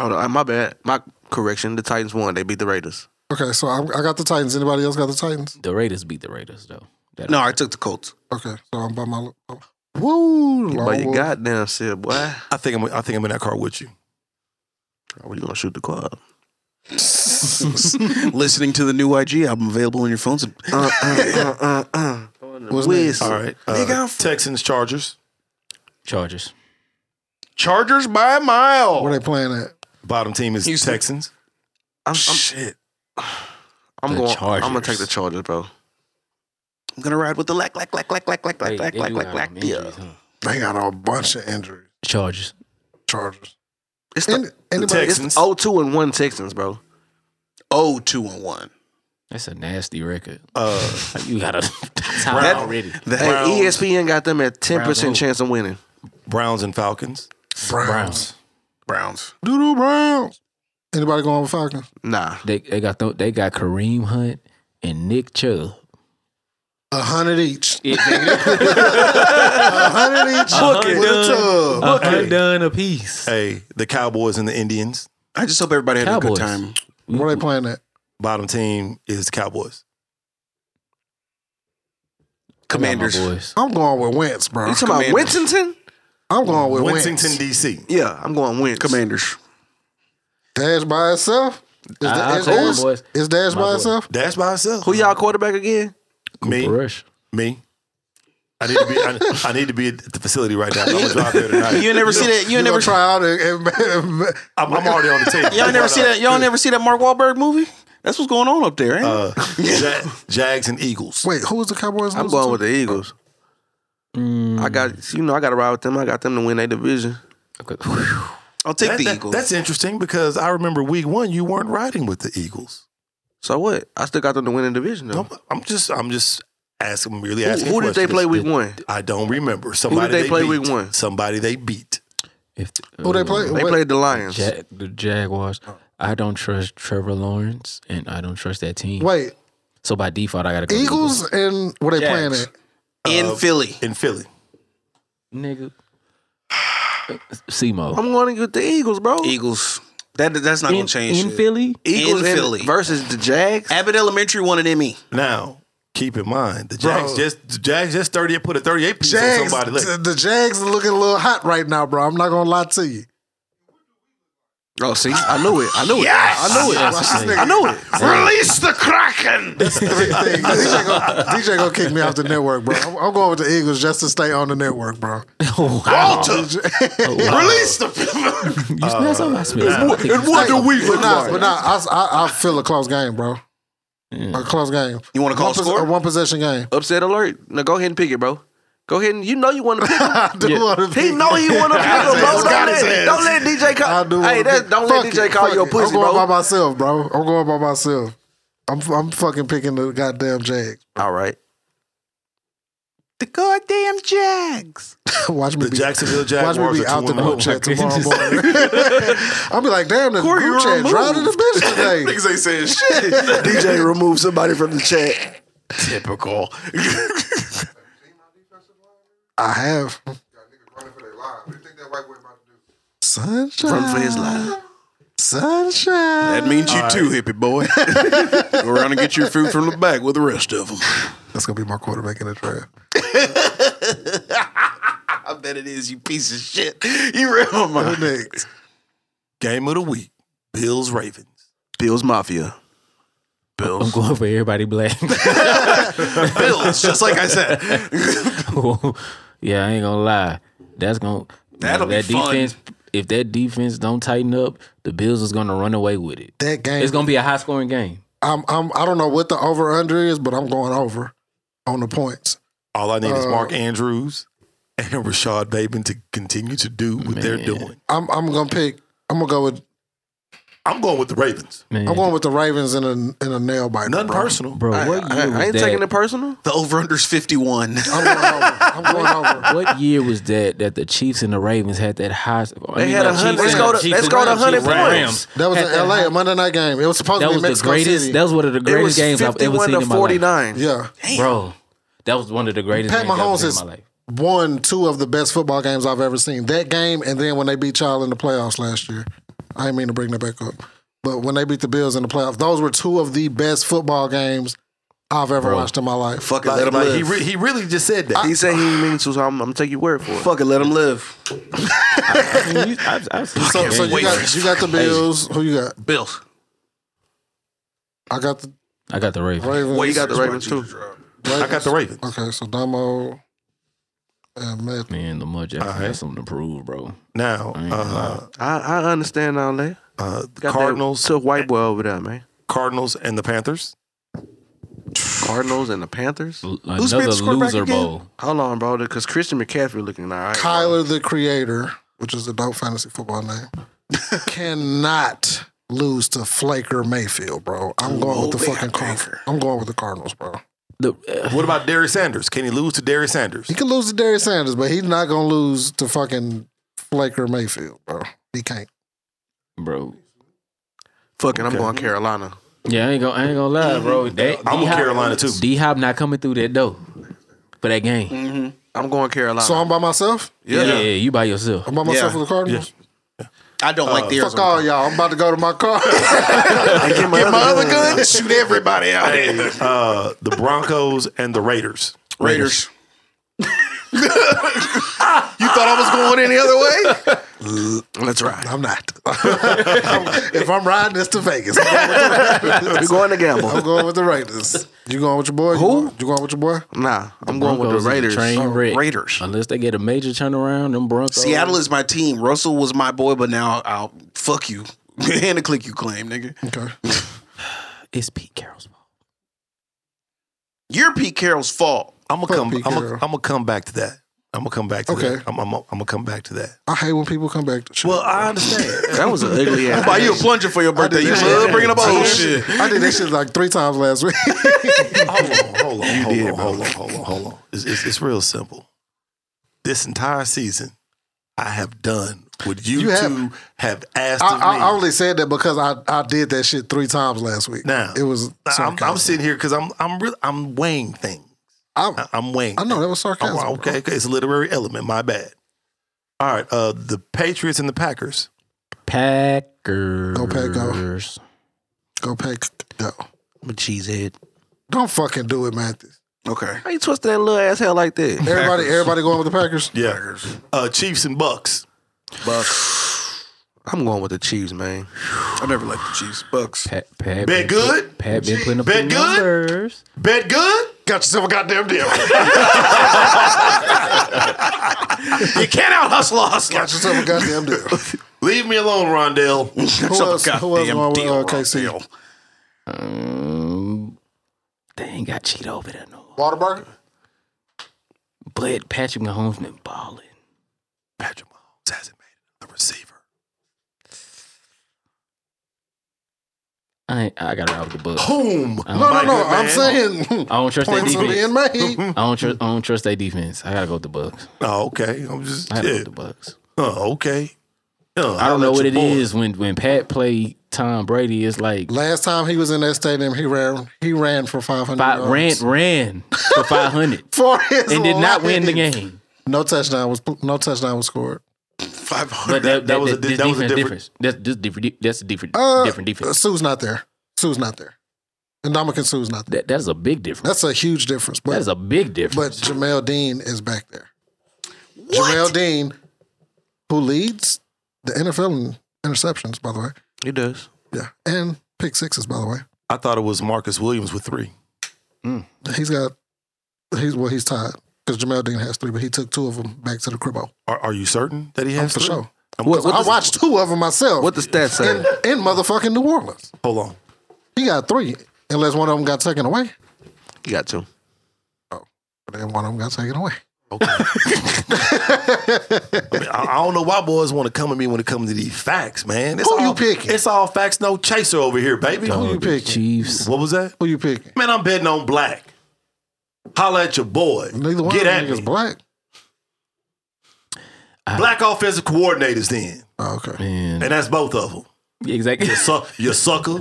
Hold on, uh, my bad. My correction. The Titans won. They beat the Raiders.
Okay, so I'm, I got the Titans. Anybody else got the Titans?
The Raiders beat the Raiders though. That-
No, I took the Colts.
Okay, so I'm by my. Woo!
but you
Longwood.
goddamn said, boy,
I think I'm. I think I'm in that car with you.
are we gonna shoot the club?
Listening to the new IG album available on your phones. and- (laughs)
Uh, uh, uh, uh, uh.
What's
Wiz.
All right. Uh,
Nigga, I'm-
Texans Chargers.
Chargers.
Chargers by a mile.
Where they playing at?
Bottom team is
Houston.
Texans.
I'm, I'm,
Shit.
I'm
The
going. I'm gonna
Chargers.
take the Chargers, bro.
I'm gonna ride with the lack, lack, lack, lack, lack, lack,
They-
lack, lack,
they
lack,
do
lack,
got
lack.
them
Yeah.
injuries, huh?
They got a bunch of injuries.
Chargers.
Chargers.
It's
And,
the,
anybody?
it's
Texans.
the 0-2 and one Texans, bro.
Oh, two and one.
That's a nasty record.
Uh,
You (laughs) got a top
Brown.
already.
The
Hey, E
Browns.
ESPN got them at ten
Browns who?
percent chance of winning.
Browns and Falcons.
Browns.
Browns.
Browns.
Doodle Browns. Anybody going with Falcons?
Nah,
They they got th- they got Kareem Hunt and Nick Chubb.
A hundred each.
(laughs) Yeah,
A
(laughs)
hundred each.
hundred.
with a tub.
I'm done a piece.
Hey, the Cowboys and the Indians.
I just hope everybody had a
Cowboys.
good time.
Where they playing at?
Bottom team is the Cowboys.
Commanders.
boys.
I'm going with Wentz, bro.
you talking about
Commanders.
Winston?
I'm going with
Winston,
Wentz.
D.C.
Yeah, I'm going Wentz.
Commanders.
Dash by itself. Is,
I-
da-
I'll
is
take my
Dash-
boys.
is Dash
My
by
boy.
itself?
That's by itself.
Who y'all quarterback again?
Me.
Rush.
Me. I need to be. I, I need to be at the facility right now. I'm gonna drive there tonight.
You ain't never see that. You
You
ain't
never
never.
try out and, and, and
I'm, I'm already on the table.
Y'all ain't never see that. Y'all ain't never see that Mark Wahlberg movie. That's what's going on up there. Ain't it?
Uh, Ja- Jags and Eagles.
wait, who was the Cowboys?
I'm going with the Eagles.
Mm,
I got you know I got to ride with them. I got them to win their division.
I'll take
That-
the
that-
Eagles.
That's interesting because I remember week one you weren't riding with the Eagles.
So what? I still got them to win the division though.
No, I'm just I'm just asking really
Who,
asking.
who did they
questions.
play week one?
I don't remember. Somebody
they play
beat.
week one?
Somebody they beat.
If uh,
Who they play?
They
What-
played the Lions.
Ja- the Jaguars. I don't trust Trevor Lawrence, and I don't trust that team.
Wait,
So by default, I gotta go
Eagles and where they playing
Jags.
at?
in Philly.
uh, in Philly.
(sighs) Eagles. nigga. Simo.
I'm going to get the Eagles, bro.
Eagles. That that's not
In,
gonna change.
in
shit.
Philly,
Eagles
in
and-
Philly.
versus the Jags.
Abbott Elementary won an Emmy.
Now keep in mind the Jags
Bro.
just the Jags just thirty put a thirty eight piece on
Jags.
somebody. Look,
The, the Jags are looking a little hot right now, bro. I'm not gonna lie to you.
Oh, see, I knew it. I knew
Yes!
it. I knew it.
Watch this nigga. (laughs)
I knew it.
Release the
(laughs)
Kraken.
Three things. DJ gonna, DJ gonna kick me off the network, bro. I'm, I'm going with the Eagles just to stay on the network, bro. (laughs)
Oh,
Walter. Release the.
you that's on my Smith. I think you-
What
do we
But
look
nah,
like?
but nah, I, I, I feel a close game, bro. A close game.
You wanna call
one
a score?
A one possession
(laughs)
game.
(laughs) Upset alert. Now go ahead and pick it, bro. Go ahead and you know you want to pick him.
I do wanna
He
pick-
know he want to pick him, bro. Don't
Got his
let,
ass.
don't let DJ
I
call.
do
hey,
wanna
that,
pick-
don't let
fuck
DJ
it,
call
fuck
your
it.
pussy,
I'm going
bro.
by myself, bro. I'm going by myself. I'm I'm fucking picking the goddamn Jags.
All right. The goddamn Jags.
(laughs) Watch me
The
be,
Jacksonville
watch me
Jaguars
be
are
out the
2-0.
oh.
group chat tomorrow morning. I'll be like, damn, the
Corey, you
group
were
chat
removed.
drowning the
(laughs)
bitch today.
Niggas ain't saying shit.
DJ removed somebody from the chat.
(laughs)
Typical.
I have sunshine.
Run for his life.
Sunshine.
That means you too, hippie (laughs) boy. Go around and get your food from the back with the rest of them.
That's gonna be my quarterback in the draft.
I bet it is, you piece of shit. You real oh my.
Next.
Game of the week: Bills Ravens.
Bills Mafia.
I'm going for everybody black. (laughs)
(laughs) Bills, just like I said.
yeah, I ain't gonna lie. That's gonna
That'll
if
be fun.
defense. If that defense don't tighten up, the Bills is gonna run away with it.
That game.
It's gonna be a high scoring game.
I'm, I'm, I don't know what the over under is, but I'm going over on the points.
All I need is Mark Andrews and Rashad Bateman to continue to do what they're doing.
I'm, I'm gonna pick. I'm gonna go with.
I'm going with the Ravens.
Man,
I'm going with the Ravens in a in a nail biter.
Nothing
bro.
personal.
bro, what year
I, I
was
ain't
that?
taking it personal. The (laughs) over under's 51.
I'm going over. I'm going over.
what year was that that the Chiefs and the Ravens had that high? I
They
mean,
had
no,
a hundred-
Chiefs
let's
and-
go to-
Chiefs
let's
and
go to
Rams,
hundred
Chiefs and
points.
Rams.
That was
Had
in
that
LA,
high-
a Monday night game. It was supposed
That
to be
was
in
the
Mexico
greatest.
City.
That was one of the
It was
greatest games I've ever
51
seen
to
in my life,
49.
yeah.
bro. That was one of the greatest.
Pat
games I've ever
Mahomes
seen
is-
in my life.
One, two of the best football games I've ever seen. That game, and then when they beat y'all in the playoffs last year. I didn't mean to bring that back up, but when they beat the Bills in the playoffs, those were two of the best football games I've ever watched in my life.
Fucking
Like,
let him
like, he,
live.
re- he really just said that.
He said he didn't mean to, so I'm, I'm gonna take your word for it.
Fucking let him live.
I mean, you- I've, I've seen
So,
that
so
game.
you got you got the Bills. Who you got?
Bills.
I got the
I got the Ravens.
Ravens.
Well, you got the Ravens too.
I got the Ravens.
Okay, so Damo and Matt.
Man, Lamar Jackson has something to prove, bro.
Now, uh,
I, I understand all that.
uh, the
Got
Cardinals,
That, took white boy over there, man.
Cardinals, and the Panthers.
Cardinals and the Panthers.
L-
Who's
Another loser bowl.
Hold on, bro, because Christian McCaffrey looking all right. bro.
Kyler the Creator, which is a dope fantasy football name,
(laughs)
cannot lose to Flaker Mayfield, bro. I'm going with the fucking Cardinals. I'm going with the Cardinals, bro.
The, uh,
What about Darius Sanders? Can he lose to Darius Sanders?
He can lose to Darius Sanders, but he's not gonna lose to fucking Flaker Mayfield, bro. He can't.
bro.
Fucking, I'm going Carolina.
Yeah, I ain't gonna, I ain't gonna lie, bro. That,
I'm with
D-Hop-
Carolina, too.
D-Hop not coming through that door for that game.
I'm going Carolina.
So I'm by myself.
Yeah, yeah, you by yourself.
I'm by myself
Uh-huh. Yeah.
with the Cardinals.
I don't like the
Uh, Fuck all y'all. I'm about to go to my
(laughs)
car. (laughs)
I get my, other (laughs) gun.
Shoot everybody out.
Hey, uh, the Broncos and the Raiders.
(laughs)
Raiders. you thought I was going any other way?
(laughs)
Let's ride.
I'm not. if I'm riding, it's to Vegas. I'm going with the-
We're going to
(laughs)
gamble.
I'm going with the Raiders. You going with your boy?
Who?
You going, you going with your boy?
Nah, I'm going with
Broncos is
the
a
Raiders.
Train
Oh,
wreck.
Raiders.
Unless they get a major turnaround, them Broncos.
Seattle is my team. Russell was my boy, but now I'll fuck you (laughs) and the click you claim, nigga.
Okay.
It's Pete Carroll's fault.
You're Pete Carroll's fault.
I'm gonna
Fuck
come. I'm
Pete
gonna,
Carroll.
I'm gonna come back to that. I'm gonna come back to
Okay.
that. I'm, I'm, I'm gonna come back to that.
I hate when people come back to shit.
Well, I (laughs) understand.
That was an
(laughs)
ugly ass.
Buy you a plunger for your birthday. You
that
love
shit.
bringing up old shit.
shit.
I did that shit like three times last week.
hold on, hold on, hold, on hold on, hold on, hold on. It's, it's, it's real simple. This entire season, I have done what you,
You have-
two have asked
I,
of
I,
me.
I only said that because I, I did that shit three times last week.
Now,
it was.
I- I'm, I'm
sarcasm.
sitting here because I'm I'm real I'm weighing things.
I'm-
I- I'm weighing.
I know that was
things.
sarcasm.
Oh,
okay.
okay, okay, it's a literary element. My bad. All right, uh, the Patriots and the Packers.
Packers.
Go Pack, go. Go pack. Go.
I'm a cheesehead.
Don't fucking do it, Mathis.
Okay.
How you twisting that little ass hair like
(laughs)
that?
Everybody, everybody going with the Packers.
Yeah, Uh, Chiefs and Bucks.
I'm going with the Chiefs, man.
I never liked the Chiefs. Bucks.
Pat,
Bet
Pat been
good?
put- Pat been putting up
Bet
the
good?
numbers.
Bet good. Got yourself a goddamn (laughs) deal.
You can't out hustle a hustler.
Got yourself a goddamn deal.
Leave me alone,
(laughs)
Rondell.
Who else? Who else going with uh, KC?
Um, they ain't got Cheeto over there no more.
Waterburger.
But Patrick Mahomes been balling.
Patrick Mahomes hasn't made the receiver.
I ain't, I got to rob the book.
Boom.
No, no, no. I'm
man.
saying (laughs)
I don't trust their
points are
defense.
being made.
I don't trust. I don't trust their defense. I gotta go with the Bucks.
Oh, okay. I'm just.
I gotta go
Yeah.
with the Bucks.
Oh, okay.
I don't know what it is when when Pat played Tom Brady. It's like
Last time he was in that stadium, he ran. He ran for 500.
five, ran
yards.
ran for five
(laughs)
hundred
for his
and did not
life.
win the game.
No touchdown was no touchdown was scored.
Five
But
hundred.
that, that, was
a, di- (laughs)
this
that was a
defense
different.
difference. That's this different. That's a different
Uh,
different defense.
Sue's not there. Sue's not there. And Dominican Sue's not there.
That that's a big difference.
That's a huge difference. But
That is a big
but
difference.
Jamel Dean is back there. Jamel Dean, who leads the NFL in interceptions, by the way.
He does.
Yeah, and pick sixes, by the way.
I thought it was Marcus Williams with three.
He's got he's well he's tied because Jamel Dean has three, but he took two of them back to the cribbo
Are, are you certain that he has
Oh, for
three?
sure.
And
Well,
because
I watched two of them myself.
What the stats
in,
say?
in motherfucking New Orleans.
Hold on.
He got three, unless one of them got taken away.
You got to.
But then one of them got taken away.
I, mean, I I don't know why boys want to come at me when it comes to these facts, man. It's
Who
all,
you picking?
It's all facts, no chaser over here, baby.
Who you picking?
Chiefs.
What was that?
Who you picking?
Man, I'm betting on black. Holla at your boy.
Neither one
Get
of
at
them
me.
is black.
Black offensive coordinators, then,
Oh, okay.
Man,
and that's both of them.
exactly.
You, suck, you sucker.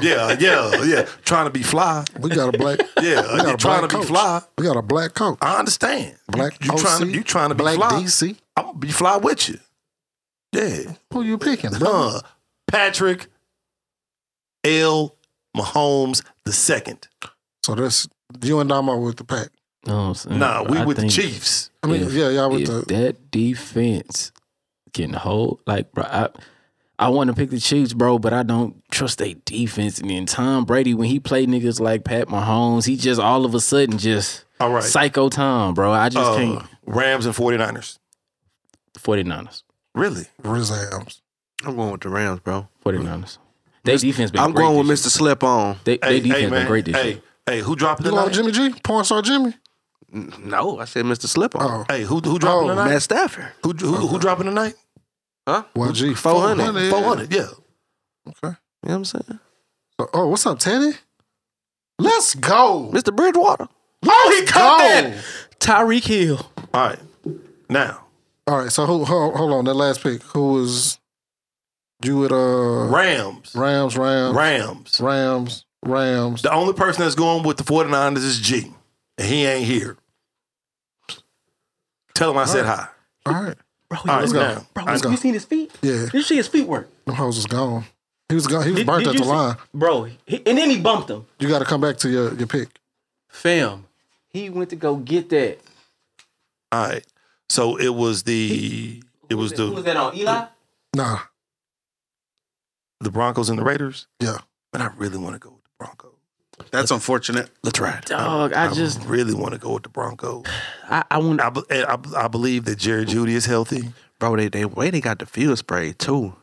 yeah, yeah, yeah. Trying to be fly.
We got
(laughs)
a black.
Yeah,
got
you're
a
trying to
black
be
coach.
fly.
We got a black coach.
I understand.
Black
you, you
OC,
trying to you trying to be
black
fly.
DC.
I'm gonna be fly with you. Yeah,
Who you picking? Bro?
huh? Patrick L. Mahomes the second.
So that's you and Dom are with the pack.
(laughs) No, Oh, son,
Nah, we
Mm, I
with the
think
Chiefs.
I mean,
If-
yeah, y'all with
if
the.
that defense can hold, like, bro, I, I want to pick the Chiefs, bro, but I don't trust their defense. And then Tom Brady, when he played niggas like Pat Mahomes, he just all of a sudden just
All right.
psycho Tom, bro. I just
Uh,
can't.
Rams and 49ers.
49ers.
Really?
Rizams.
I'm going with the Rams, bro.
49ers. Their defense been
I'm
great
going with
this
Mr. Slip on.
year. They,
Hey,
their defense
hey,
been
man.
great this year.
hey, hey, who dropping
You going with
tonight?
Jimmy G? Porn star Jimmy?
No, I said Mr. Slip on.
Oh,
Hey, who who dropping
Oh,
tonight?
Matt Stafford.
Who who, who dropping tonight?
well, G.
400.
400, yeah.
You know what I'm saying?
Oh, what's up, Teddy? Let's go.
Mr. Bridgewater.
Oh, he
caught
go.
Tyreek Hill.
All right. Now,
All right, so who, hold, hold on. That last pick. Who was you with? Uh,
Rams.
Rams, Rams,
Rams.
Rams, Rams.
The only person that's going with the 49ers is G. And he ain't here. Tell him I said hi.
All right,
All right, now.
let's go.
seen his feet?
Yeah,
You see his feet work,
them hoes was gone. He was gone. He was
Did-
burnt
did
at
you
the
see-
line.
bro. He- and then he bumped him.
You got to come back to your, your pick.
Fam, he went to go get that.
All right. So it was the it was the
that on? Eli?
Nah,
the Broncos and the Raiders.
yeah.
But I really want to go with the Broncos.
That's unfortunate.
Let's ride.
Dog, I just
really want to go with the Broncos.
I, I want
I, be- I, I believe that Jerry Judy is healthy.
Bro, they, they way they got the field spray too.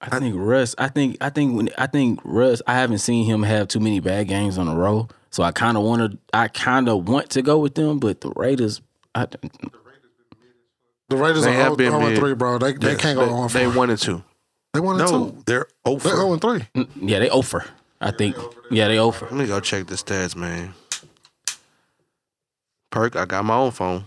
I think Russ, I think I think when I think Russ, I haven't seen him have too many bad games on a row. So I kinda wanna I kinda want to go with them, but the Raiders I mm,
The Raiders
They
are 0
have been
0 and
big.
3, bro. They, they can't go on
They
four.
one and two.
They won and
No,
two.
they're oh
They
over.
0 and 3.
yeah, they offer. I think. Yeah, they (laughs) offer.
Let me go check the stats, man. Perk, I got my own phone.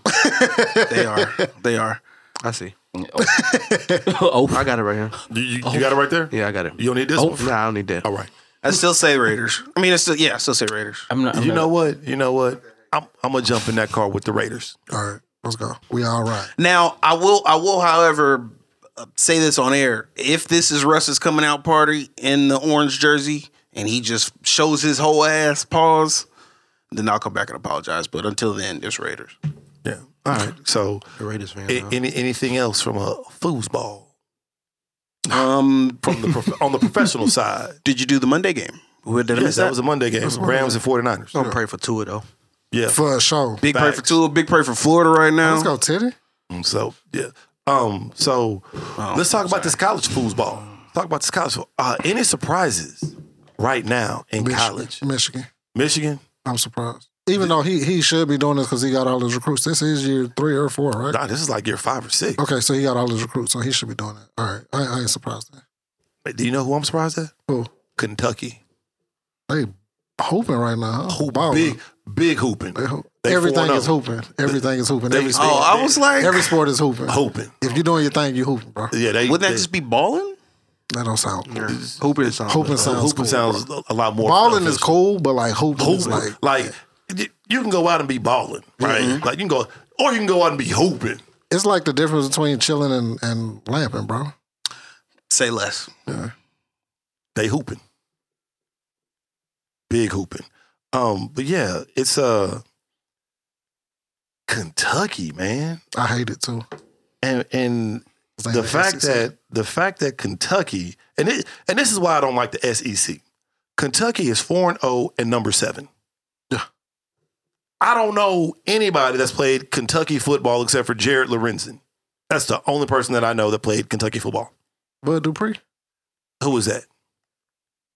They are. They are.
I see.
offer.
I got it right here.
You, you, you got it right there?
Yeah, I got it.
You don't need this
Oh.
one?
Nah, I don't need that.
All right.
I still say Raiders. I mean, it's still, yeah, I still say Raiders.
I'm not I'm
You
not-
know what? You know what? I'm I'm gonna jump in that car with the Raiders.
All right, let's go. We all right.
Now, I will, I will, however, uh, say this on air. If this is Russ's coming out party in the orange jersey and he just shows his whole ass, pause, then I'll come back and apologize. But until then, it's Raiders.
Yeah. All right. So
The Raiders fan.
a- any anything else from a foosball
Um,
from the prof- on the professional side?
did you do the Monday game? Did I
Yes,
miss
that
that?
was a Monday Oh. game. Rams and 49ers.
Don't pray for Tua though.
Yeah.
For sure.
big pray for
Facts.
Tua. Big pray for Florida right now.
Let's go, Teddy.
Mm, So yeah. Um. So let's talk about this college foosball. Talk about this college. fo- Uh, any surprises right now in
Mich-
college?
Michigan.
Michigan.
I'm surprised. Even though he, he should be doing this because he got all his recruits. This is year three or four, right?
Nah, this is like year five or six.
Okay, so he got all his recruits, so he should be doing that. All right, I, I ain't surprised. Then.
Do you know who I'm surprised at?
Who?
Kentucky.
They hooping right now. Hoop
Big, big hooping. They
Everything
4-0.
is hooping. Everything is hooping.
They-
Every,
they-
sport,
Oh, I was like,
every sport is hooping.
hooping.
If you're doing your thing, you hooping, bro.
Yeah, they
wouldn't that
they-
just be balling?
That don't sound cool.
Hooping sounds.
Hooping sounds
hooping
cool.
sounds a lot more.
Balling is
official.
cool, but like hooping, is
Hooping,
like, Mm-hmm.
like, y- you can go out and be balling, right? Like you can go, or you can go out and be hooping.
it's like the difference between chilling and, and lamping, bro.
Say less.
They hooping, big hooping. Um, but yeah, it's uh Kentucky, man,
I hate it too.
and and
It's like
the E
the
fact
SEC.
that the fact that Kentucky and it, and this is why I don't like the SEC. Kentucky is four and zero and number seven. I don't know anybody that's played Kentucky football except for Jared Lorenzen. That's the only person that I know that played Kentucky football.
Bud Dupree,
Who was that?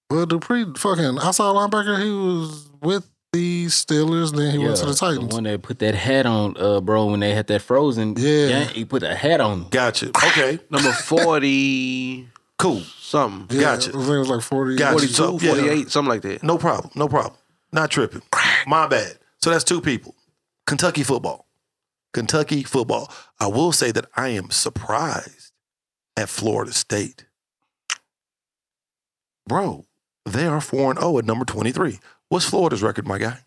Bud Dupree, fucking outside linebacker. He was with the Steelers, then he
Yeah,
went to the Titans.
one that put that hat on, uh, bro, when they had that frozen.
Yeah.
game, he put a hat on.
Gotcha. Okay,
Number 40
cool.
something.
yeah,
gotcha.
I think it was like forty.
Gotcha.
42,
So, yeah.
48, something like that.
No problem. No problem. Not tripping. My bad. So that's two people. Kentucky football. Kentucky football. I will say that I am surprised at Florida State. Bro, they are 4 and 0 at number 23. What's Florida's record, my guy?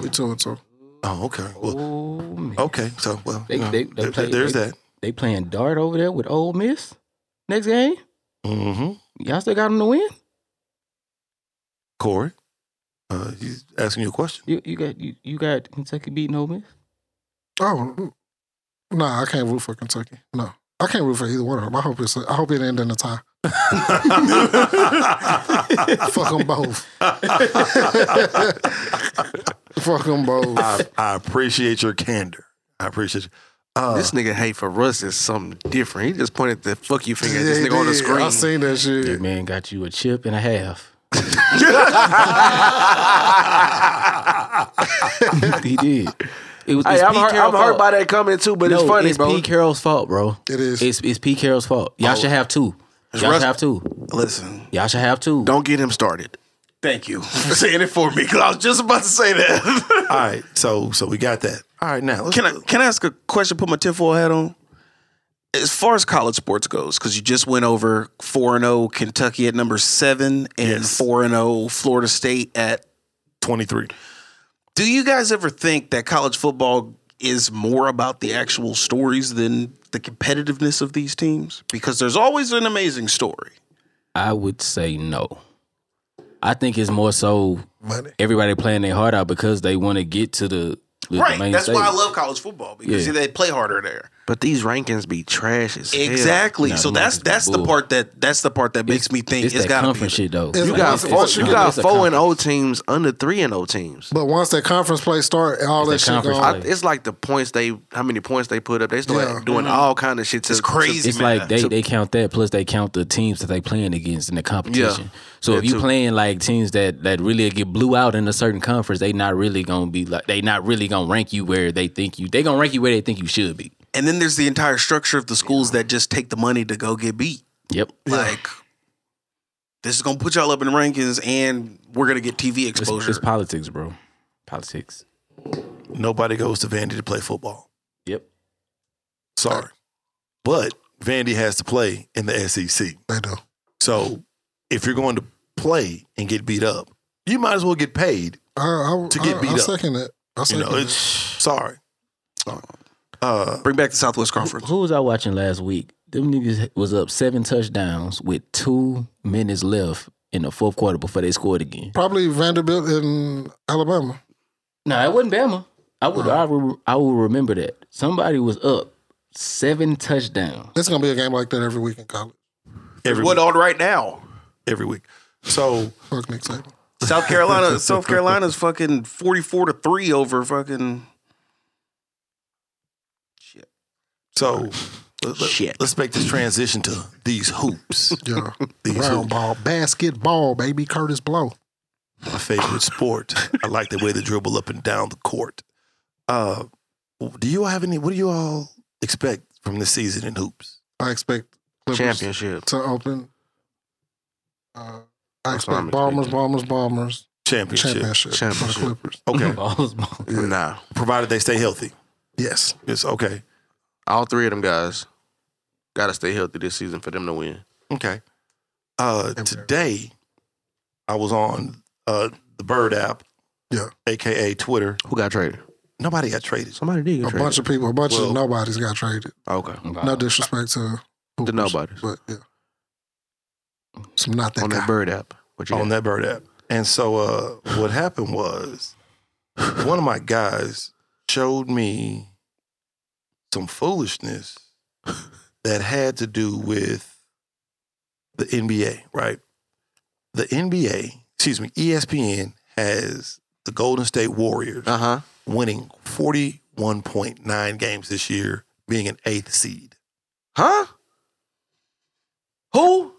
We two and two.
Oh, okay. Well,
Oh, man.
okay. So, well,
They-
you know,
they- they
there-
play-
there's
they-
that.
They playing dart over there with Ole Miss next game.
Mm-hmm.
Y'all still got them to win.
Corey, uh, he's asking you a
(laughs)
question. (laughs)
You, you got you, you got Kentucky beating Ole Miss.
Oh, nah, I can't root for Kentucky. No, I can't root for either one of them. I hope it's. I hope it ended in
(laughs)
a tie. Fuck
(laughs)
them both. Fuck them (laughs)
(laughs)
both.
I, I appreciate your candor. I appreciate you. Uh,
This nigga hate for Russ is something different. He just pointed the fuck you finger at this
Yeah,
nigga on the
yeah, I
screen.
seen that
That
shit.
man got you a chip and a half. (laughs) he did. It was.
Hey,
it's
I'm,
Pete
hurt, I'm
Carroll's
hurt
fault.
by that comment too, but
no,
it's funny,
it's
bro.
Pete Carroll's fault, bro.
It is.
It's it's Pete Carroll's fault. Y'all should have two. Y'all should
Oh. Russ-
have two.
Listen,
Y'all should have two.
don't get him started. Thank you for saying it for me because I was just about to say
(laughs)
that.
all right, so so we got that. All right, now let's,
Can I can I ask a question? Put my tinfoil hat on. As far as college sports goes, because you just went over four and zero Kentucky at number seven and
Yes.
four and zero Florida State at.
twenty three.
Do you guys ever think that college football is more about the actual stories than the competitiveness of these teams? Because there's always an amazing story.
I would say no. I think it's more so
Money.
everybody playing their heart out because they want to get to the, the main
That's why I
stage.
love college football because
Yeah.
they play harder there.
But these rankings be trash as hell.
Exactly.
Nah,
so
them
that's
motherfuckers
that's the
bull.
part that that's the part that makes me think
it's,
it's
that
got to be
conference shit though.
You
You got
It's a
four, you
conference.
got four and O teams under three and O teams.
But once that conference play start, all
It's
that
that
shit
conference
gone.
I, it's like the points they, how many points they put up. They start
Yeah.
doing all kind of shit. To,
Mm-hmm. It's crazy.
It's
man.
like they, they count that plus they count the teams that they playing against in the competition. So if
That
you
too.
playing like teams that that really get blew out in a certain conference, they not really gonna be like they not really gonna rank you where they think you they gonna rank you where they think you should be.
And then there's the entire structure of the schools that just take the money to go get beat.
Yep.
Like, this is gonna put y'all up in the rankings, and we're gonna get TV
It's,
exposure.
it's politics, bro. Politics.
Nobody goes to Vandy to play football.
Yep.
Sorry, but Vandy has to play in the SEC.
They do.
So if you're going to play and get beat up, you might as well get paid.
I, I,
To get
I,
beat
I
up.
second it. I
You
second
know, it's
it.
Mm-hmm.
sorry. Sorry. Uh,
Bring back the Southwest Conference.
Who was I watching last week? Them niggas was up seven touchdowns with two minutes left in the fourth quarter before they scored again.
Probably Vanderbilt in Alabama.
No, it wasn't Bama. I would I, re- I will remember that. Somebody was up seven touchdowns. (laughs)
It's gonna be a game like that every week in college.
every
What
week,
on right now?
every week. So
Fuck
(laughs)
Nick Saban.
South Carolina. (laughs) South Carolina's fucking forty-four to three over fucking.
so let,
Shit.
us make this transition to these hoops.
Yeah,
These
round
hoops,
ball, basketball, baby. Curtis Blow.
my favorite sport. I like the way they dribble up and down the court. Uh, do you all have any? What do you all expect from this season in hoops?
I expect Clippers
championship.
to open. Uh, I
That's what
expect
I'm
bombers,
expecting.
bombers, bombers.
Championship.
championship, Mm-hmm. for the Clippers.
Okay.
Balls, balls.
Nah.
Provided they stay healthy.
Yes,
It's okay.
All three of them guys gotta stay healthy this season for them to win.
Okay. Uh, today, I was on uh, the Bird app,
Yeah.
aka Twitter.
Who got traded?
Nobody got traded.
Somebody did get
a
traded. Oh,
bunch of people, a bunch
Well-
of nobodies got traded.
Okay.
uh,
No disrespect to
The nobodies.
but yeah, some not that
On
guy.
that bird app. What you
on
got?
that bird app. And so uh, what happened was one of my guys showed me some foolishness that had to do with the NBA, right? The NBA, excuse me, E ESPN has the Golden State Warriors
Uh-huh.
winning 41.9 games this year, being an eighth seed.
Huh? Who?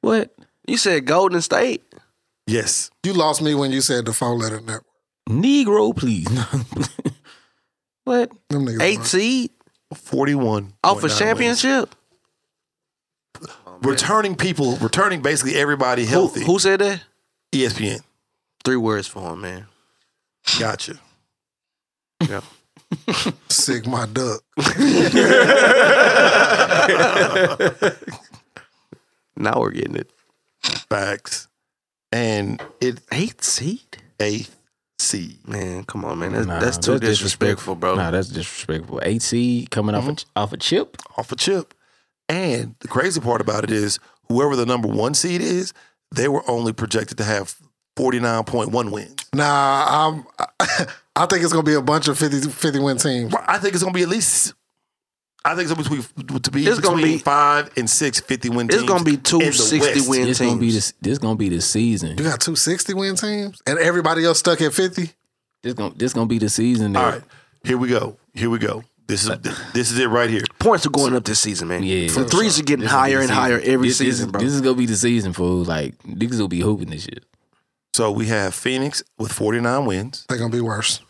What?
You said Golden State?
Yes.
You lost me when you said the four letter network.
Negro, please. (laughs) what?
Them niggas
Eight
are-
seed?
41.
Off a championship?
Returning people, returning basically everybody
Who,
healthy.
who said that?
ESPN.
Three words for him, man.
Gotcha.
sick my duck.
(laughs) Now we're getting it.
Facts. And it
Eight seed?
eighth seed.
Man, come on, man. That's,
Nah,
that's too disrespectful, bro.
Nah, that's disrespectful. Eight seed coming off a, off a chip.
off a chip. And the crazy part about it is whoever the number one seed is, they were only projected to have 49.1 wins.
Nah, I'm. (laughs) I think it's gonna be a bunch of 50, 50 win teams.
Well, I think it's going to be at least. I think it's going to be between, to be
It's gonna
between
be-
five and six 50 win
It's
teams.
gonna be two
in the
60
West.
win
This gonna be
teams.
this. This gonna be the season.
You got two 60 win teams, and everybody else stuck at fifty.
This gonna this gonna be the season.
All
that-
right, here we go. Here we go. This is this is it right here.
Points are going up this season, man.
Yeah.
The threes are getting higher and higher every
This-
season,
this,
bro.
This is gonna be the season for like niggas will be hooping this shit.
So we have Phoenix with 49 wins,
They're gonna be worse.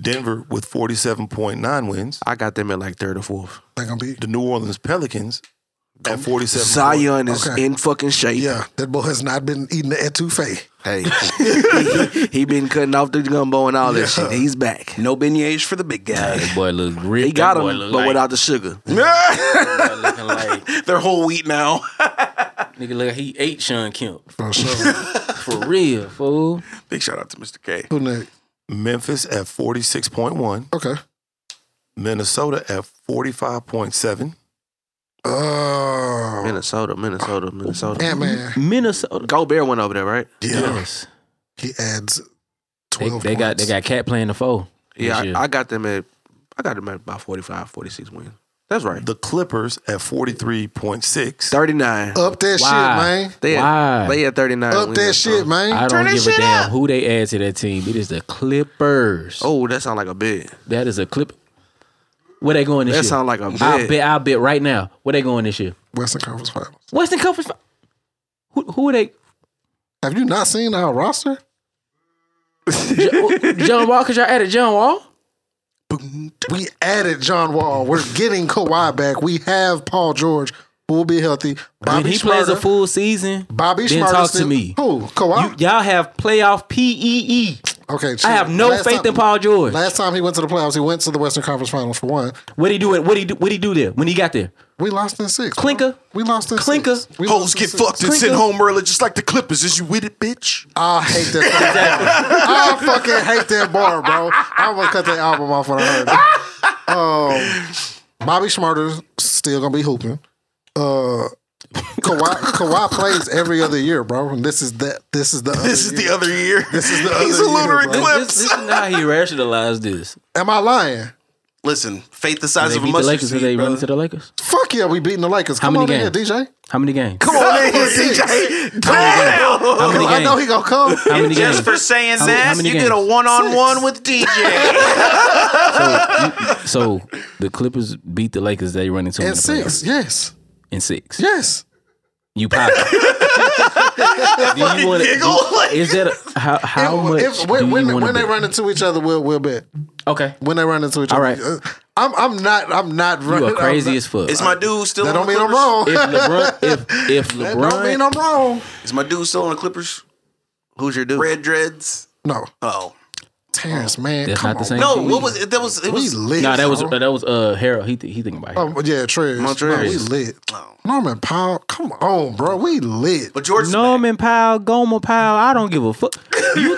Denver with 47.9 wins,
I got them at like third or fourth.
They're gonna be.
the New Orleans Pelicans at 47.
Zion is
Okay.
in fucking shape.
Yeah, that boy has not been eating the etouffee.
Hey, (laughs) he, he been cutting off the gumbo and all that shit. He's back.
No beignets for the big guy.
That boy look ripped.
He got
that boy
him,
look
but
like,
without the sugar.
that boy looking
(laughs)
like
They're whole wheat now.
nigga look. He ate Sean Kemp
For sure.
for real, fool.
big shout out to Mr. K.
(laughs) Who next?
Memphis at 46.1,
Okay.
Minnesota at 45.7,
Oh,
Minnesota, Minnesota, Minnesota.
Ant Man.
Minnesota.
Gobert went over there, right?
Yes.
He adds
They,
twelve.
they got they
points.
got cat playing the foe.
Yeah,
this year.
I, I got them at I got them at about 45, 46 wins. That's right.
the Clippers at 43.6,
39.
up that
Why?
shit, man.
They
Why?
had, they had 39
Up
wins,
that shit,
bro.
man.
I don't give a damn who they add to that team. It is the Clippers.
Oh, that sound like a bid.
That is a clip. Where they going this
That
year?
sound like a
I
bet.
bet. I bet right now. Where they going this year?
Western Conference Finals.
Western Conference. Fi- Who who are
(laughs)
they?
Have you not seen our roster?
Jo- John Wall? Cause y'all added John Wall.
We added John Wall. We're getting Kawhi back. We have Paul George, who will be healthy.
When
Bobby
he plays a
Schmurda-
full season,
Bobby
then
Schmurda
talk
still-
to me.
Who? Kawhi?
You, y'all have playoff PEE.
okay.
I
chill.
have no
Last
faith
time-
in Paul George.
Last time he went to the playoffs, he went to the Western Conference Finals for one.
What he do? What he do? What he do there when he got there?
We lost in six. bro.
Clinker.
We lost in
Clinker.
six. We
Hoes
lost in
get
six.
fucked and sent home early just like the Clippers. Is you with it, bitch?
I hate that.
(laughs)
fucking bar. I fucking hate that bar, bro. I almost cut that album off when I heard it. Um, Bobby Schmarter's still gonna be hooping. Uh, Kawhi, Kawhi plays every other year, bro. And this is that. This is the.
This is the other year. This
(laughs)
is the
He's
other
a lunar
year, bro.
eclipse.
This, this, this is not how he
(laughs)
rationalized this.
Am I lying?
Listen, faith the size
They
of a
beat the
mustard
Lakers.
seed,
Did they run
brother.
into the Lakers?
Fuck yeah, we beating the Lakers. Come
many
on in
games?
here, DJ.
How many games?
Come on in here,
How many
I know
games?
he gonna come.
How many games?
Just for saying
How many- how
that,
many
you get a
games?
one on one with DJ.
So the Clippers beat the Lakers. They run into them
In
in the
six,
playoffs.
yes,
In six.
yes.
You
(laughs)
pop. do you want to? Is that a, how how
If-
much
if-
do
when
you
when,
want
when
to
they run into each other, we'll we'll bet.
Okay.
when they run into each other.
All right.
Uh, I'm I'm not I'm not
You
running.
are crazy
I'm
as fuck.
Is my dude still?
Not, that
on
don't
the
mean I'm
Clippers?
wrong.
if LeBron, if if
that don't mean
LeBron,
I'm wrong.
Is my dude still on the Clippers?
Who's your dude?
Red dreads.
No, uh,
Oh
Terrence, man,
that's
come
not the
on.
same.
no!
thing.
What was it? That was it
We
was.
lit.
Nah, that was
bro.
uh, that was uh Harold. He th- he thinking about Harold.
Oh, yeah, Trez. No, we
Trez.
lit. Norman Powell, come on, bro. We lit.
But George.
Norman Powell, Gomer Powell. I don't give
(laughs)
a fuck, you,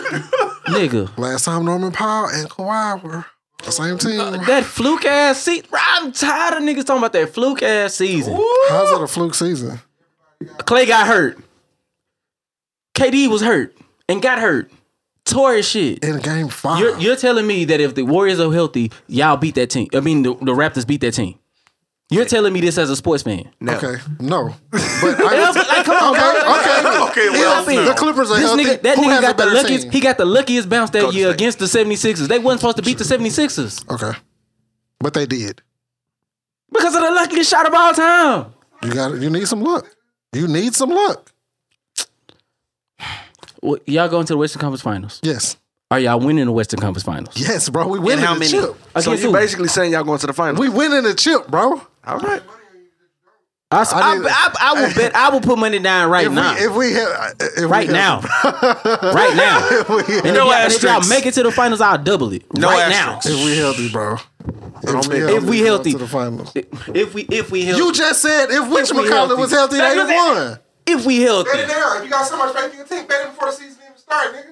nigga.
Last time Norman Powell and Kawhi were the same team.
That fluke ass seat. I'm tired of niggas talking about that fluke ass season.
How's it a fluke season?
Clay got hurt. KD was hurt and got hurt. Tore his shit.
In game 5
You're, you're telling me that if the Warriors are healthy, y'all beat that team. I mean, the, the Raptors beat that team. You're telling me this as a sports fan.
No.
okay,
(laughs)
no. But I,
Yeah, but, like, come on,
okay,
bro.
okay,
Okay, well,
If the Clippers are
This
healthy.
nigga, that
who
nigga
has
got
a
the
better
luckiest.
team?
He got the luckiest bounce that year against the 76ers. They wasn't supposed to beat the 76ers
okay, but they did.
because of the luckiest shot of all time.
You got. You need some luck. You need some luck.
Well, y'all going to the Western Conference Finals?
Yes,
Are y'all winning the Western Conference Finals?
yes, bro. We winning
how
the
many?
chip.
So
Against
you
who?
basically saying y'all going to the final?
We winning the chip, bro.
All right.
I, s-
I
I,
didn't-
I- I will bet. I will put money down right
If
now.
we if we had if
right
we had-
now. (laughs) right (laughs) now.
(laughs)
And if, y'all, and if y'all make it to the finals, I'll double it. right
if we healthy, bro. If we
If we healthy.
to the finals.
now. If we if we healthy,
You just said if Witch
we
McCullough was healthy,
healthy.
they
That's what I'm
(laughs) won.
if we healthy,
down. If you got so much faith, you can take betting before the season even start, nigga.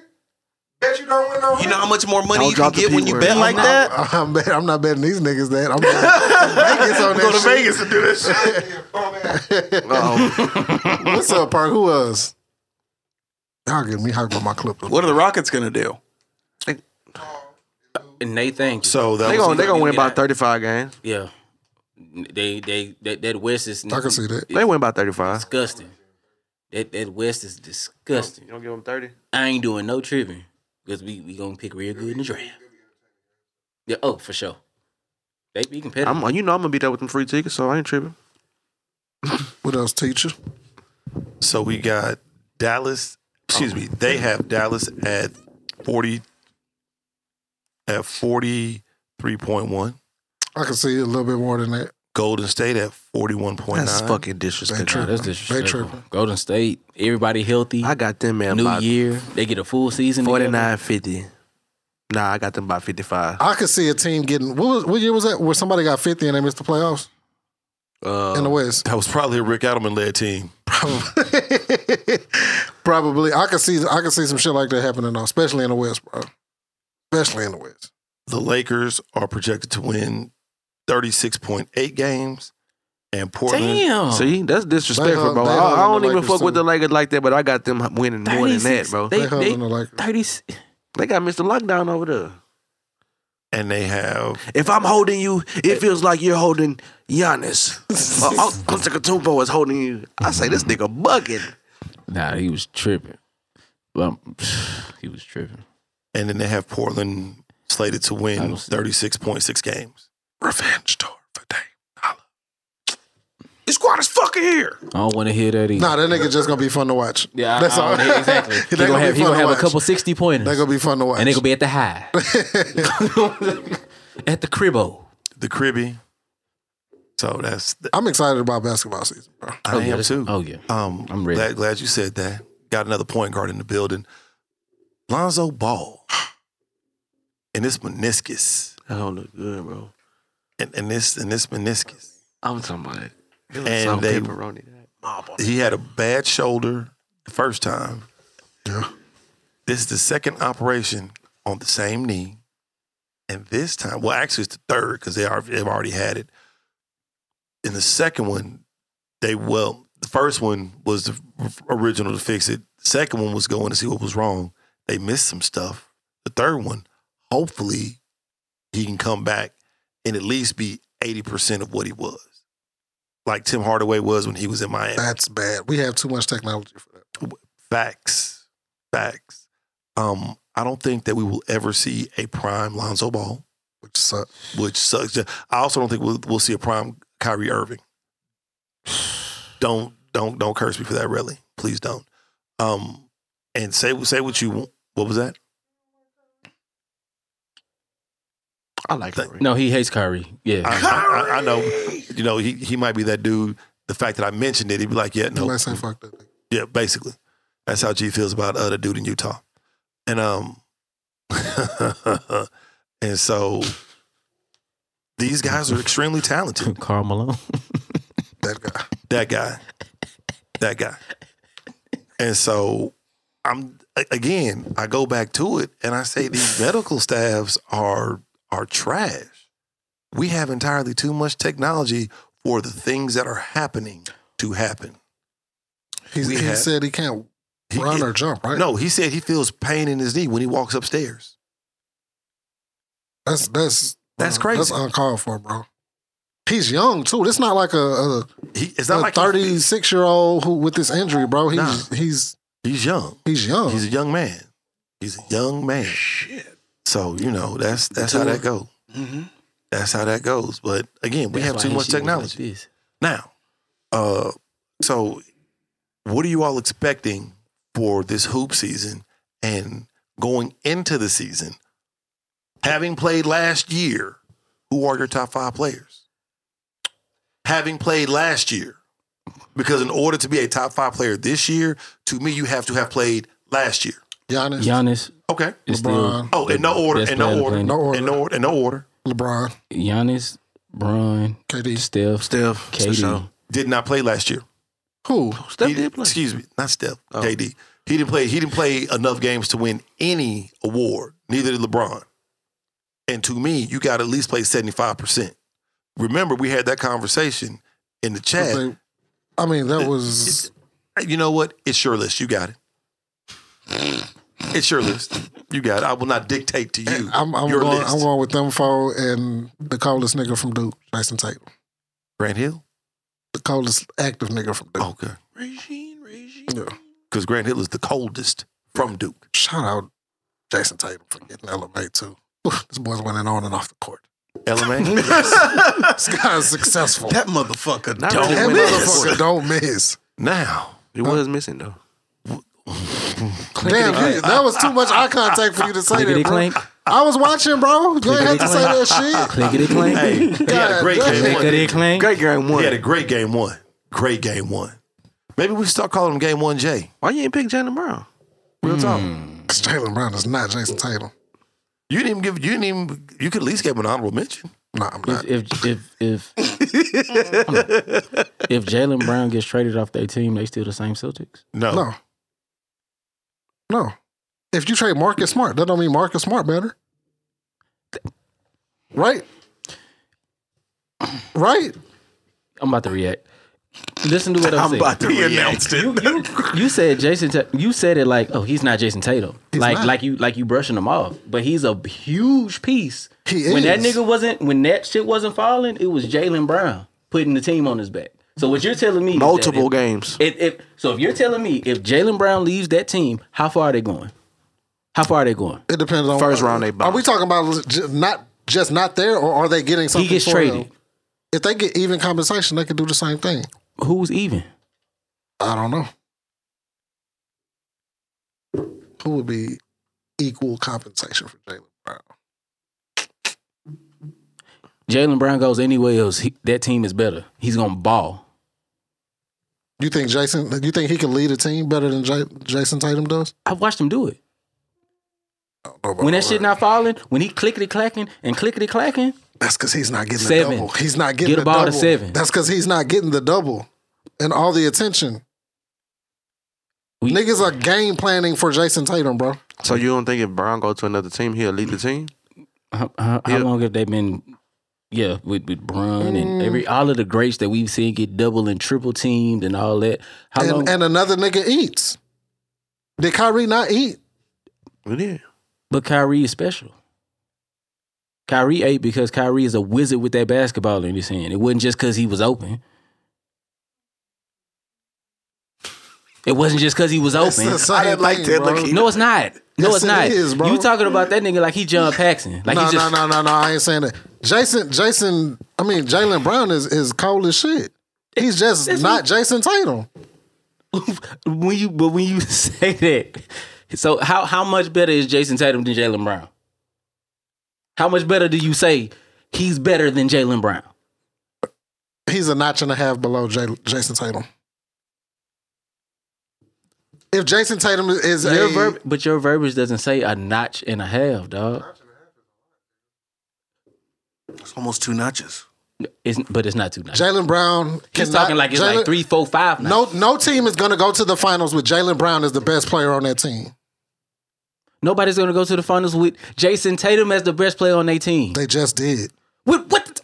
Bet you don't win no
You know how much more money
Don't
you can
drop the
get when you
P-word.
bet like that?
I'm, bet, I'm not betting these niggas that. I'm betting Vegas on that. Go to Vegas.
to do this.
(laughs)
What's up, Park? Who else? Y'all getting me hyped on my clip.
What are the Rockets gonna do?
and they think
So that
They
was
going they gonna win
Yeah.
about thirty five games.
Yeah, they they that, that West is
I can see that.
They win about thirty five.
disgusting. That that West is disgusting.
don't give them thirty.
I ain't doing no tripping because we we gonna pick real good in the draft. Yeah, oh for sure. They be competitive.
I'm you know I'm gonna be there with them free tickets, so I ain't tripping.
What else, teacher?
So we got Dallas. Excuse me. They have Dallas at forty at forty three point one.
I can see a little bit more than that.
Golden State at forty one point
That's
nine.
fucking disrespectful.
Nah, that's
They
disrespectful.
tripping.
Golden State, everybody healthy.
I got them man
New
by
year, they get a full season. together.
49, 50. Nah, I got them by fifty five.
I could see a team getting. What, was, what year was that? Where somebody got 50 and they missed the playoffs in
Uh,
the West? (laughs)
That was probably a Rick Adelman led team.
Probably. I could see. I could see some shit like that happening, though, especially in the West, bro. Especially in the West.
The Lakers are projected to win thirty six point eight games, and Portland.
Damn.
See, that's
They
disrespectful,
hu-
bro.
they
I,
hugging
I don't
the
even
Lakers,
fuck with
too.
the Lakers like that, but I got them winning more than that,
36.
bro.
They,
They held
they,
in the Lakers.
30,
They got Mr. Lockdown over there.
And they have
If I'm holding you, it feels like you're holding Giannis. Well, Kumpo is holding you. I say this nigga bugging.
Nah, he was tripping. Well, (sighs) he was tripping.
and then they have Portland slated to win
don't see-
thirty six point six games.
Revenge tour for Dame Dollar. This squad is fucking here.
I don't want to hear that either.
Nah, that nigga just gonna be fun to watch. that's all. (laughs)
exactly.
They
He gonna,
gonna be
have, he
fun
gonna
to
have a
watch.
couple sixty pointers,
That gonna be fun to watch.
and they gonna be at the high, at the cribbo.
the cribby. So that's the,
I'm excited about basketball season, bro.
I
Oh, yeah,
am
that's-
too.
oh, yeah.
um,
I'm ready.
Glad, glad you said that. Got another point guard in the building, Lonzo Ball, and this meniscus,
That don't look good, bro.
and, and this and this meniscus.
I'm talking about it. It looks
And
so
they-
pepperoni.
He had a bad shoulder the first time.
Yeah.
This is the second operation on the same knee, and this time, well, actually, it's the third because they are they've already had it. In the second one, they well, the first one was the original to fix it. The second one was going to see what was wrong. They missed some stuff. The third one, hopefully, he can come back and at least be eighty percent of what he was, like Tim Hardaway was when he was in Miami.
That's bad. We have too much technology for that.
Facts. Facts. Um, I don't think that we will ever see a prime Lonzo Ball,
Which sucks.
which sucks. I also don't think we'll, we'll see a prime Kyrie Irving. (sighs) Don't don't don't curse me for that, really. Please don't. Um, and say say what you want. What was that? I like Curry.
No, he hates Kyrie. Yeah.
I, I, I, I know. You know, he, he might be that dude. The fact that I mentioned it, he'd be like, yeah, no.
Nobody say fuck that.
Yeah, basically. That's how G feels about uh, the dude in Utah. And um (laughs) and so these guys are extremely talented.
Carl Malone.
That guy.
That guy. That guy. And so I'm a- again, I go back to it and I say these medical staffs are are trash. We have entirely too much technology for the things that are happening to happen.
He,
We
he
had-
said he can't
He-
run
it-
or jump, right?
No, he said he feels pain in his knee when he walks upstairs.
That's that's
That's
bro, That's
crazy.
uncalled for, bro. He's young too. It's not like a, a,
He, it's not like he-
thirty six year old who with this injury, bro. He's
Nah.
he's
he's young.
he's
Uh-huh.
young.
He's a young man. He's a young man. Shit. So you know that's that's how that goes. That's how that goes. But again, we
Mm-hmm. That's
have
why
too
his
much
shit was like
technology
this.
now. Uh, so what are you all expecting for this hoop season and going into the season? Having played last year, who are your top five players? Having played last year, because in order to be a top five player this year, to me, you have to have played last year.
Giannis,
Giannis
Okay.
is
LeBron.
still
Oh, in no order.
Best
In
player on
no
the
order.
planet.
No order.
In no order. In no order.
LeBron,
Giannis, Braun,
KD.
Steph,
Steph,
KD.
Steph.
Did not play last year.
Who?
He did- Excuse me, not Steph.
Oh.
KD. He didn't play. He didn't play enough games to win any award. Neither did LeBron. And to me, you got to at least play seventy five percent. Remember, we had that conversation in the chat.
They- I mean, that was
You know what? It's your list. You got it. It's your list. You got it. I will not dictate to you
I'm, I'm
your
going
list.
I'm going with them four and the coldest nigga from Duke, Jason Tatum.
Grant Hill.
The coldest active nigga from Duke.
Okay.
Regine, Regine.
Yeah.
Because Grant Hill is the coldest from Duke.
(laughs) Shout out Jason Tatum for getting LMA too. This boy's winning on and off the court.
LMA.
This guy's successful.
That motherfucker.
Not
don't
really
That
win on the court.
motherfucker don't miss.
Now,
He was missing though.
Damn, you- that was too much eye contact for you to say
Clickety
that, bro.
clank.
I was watching, bro. You ain't had to say that shit.
Clickety
hey,
clank.
he had a great
God
game one.
Clickety
didn't
clank.
Great game
He
one.
He had a great game one. Great game one. Maybe we should start calling him game one J.
Why you ain't pick Jalen Brown?
Real talk.
Jalen Brown is not Jason Tatum.
You didn't even give. You didn't even. You could at least give him an honorable mention.
No, I'm not.
If if if if, if Jalen Brown gets traded off their team, they still the same Celtics.
No.
No. No. If you trade Marcus Smart, that don't mean Marcus Smart better. Right? Right?
I'm about to react. Listen to what I'm, saying.
about to react.
You said Jason. Ta- you said it like, oh, he's not Jason Tatum. like,
not.
like you, like you brushing him off. But he's a huge piece.
He
When that
is.
nigga wasn't, when that shit wasn't falling, it was Jalen Brown putting the team on his back. So what you're telling me? is that
Multiple
if-
games.
If, if so, if you're telling me if Jalen Brown leaves that team, how far are they going? How far are they going?
It depends on
First round they
Are
bounced.
we talking about j- not just not there, or are they getting something?
he gets
for
traded.
them? If they get even compensation, they can do the same thing.
Who's even?
I don't know. Who would be equal compensation for Jalen Brown?
Jalen Brown goes anywhere else. He, that team is better. He's gonna ball.
You think Jason? You think he can lead a team better than J- Jason Tatum does?
I've watched him do it. When that shit not falling, when he clickety clacking and clickety clacking,
That's because he's not getting
Seven.
the double. He's not getting
Get a
the
ball to
double.
seven.
That's because he's not getting the double and all the attention.
We-
Niggas are game planning for Jason Tatum, bro.
So you don't think if Brown go to another team, he'll lead the team?
how, how, how long have they been? Yeah, with with Brun and every
Mm.
all of the greats that we've seen get double and triple teamed and all that. How long?
and, and another nigga eats. Did Kyrie not eat?
Yeah.
but Kyrie is special. Kyrie ate because Kyrie is a wizard with that basketball in his hand. It wasn't just because he was open. It wasn't just because he was open.
I didn't like that
Bro, No, it's not. No,
Yes,
it's
it
not.
is, bro.
You talking about that nigga like he John Paxson? Like
no,
he just
no, no, no, no. I ain't saying that. Jason, Jason. I mean, Jalen Brown is is cold as shit. He's just not Jason Tatum.
(laughs) when you but when you (laughs) say that. So how how much better is Jason Tatum than Jalen Brown? How much better do you say he's better than Jalen Brown?
He's a notch and a half below J- Jason Tatum. If Jason Tatum is
Your
a,
verb- but your verbiage doesn't say a notch and a half, dog.
It's almost two notches.
It's, but it's not too notches.
Jalen Brown,
He's
cannot-
talking like it's
Jalen-
like three, four, five. Notches.
No, no team is going to go to the finals with Jalen Brown as the best player on that team.
Nobody's gonna go to the finals with Jason Tatum as the best player on their team.
They just did.
With what?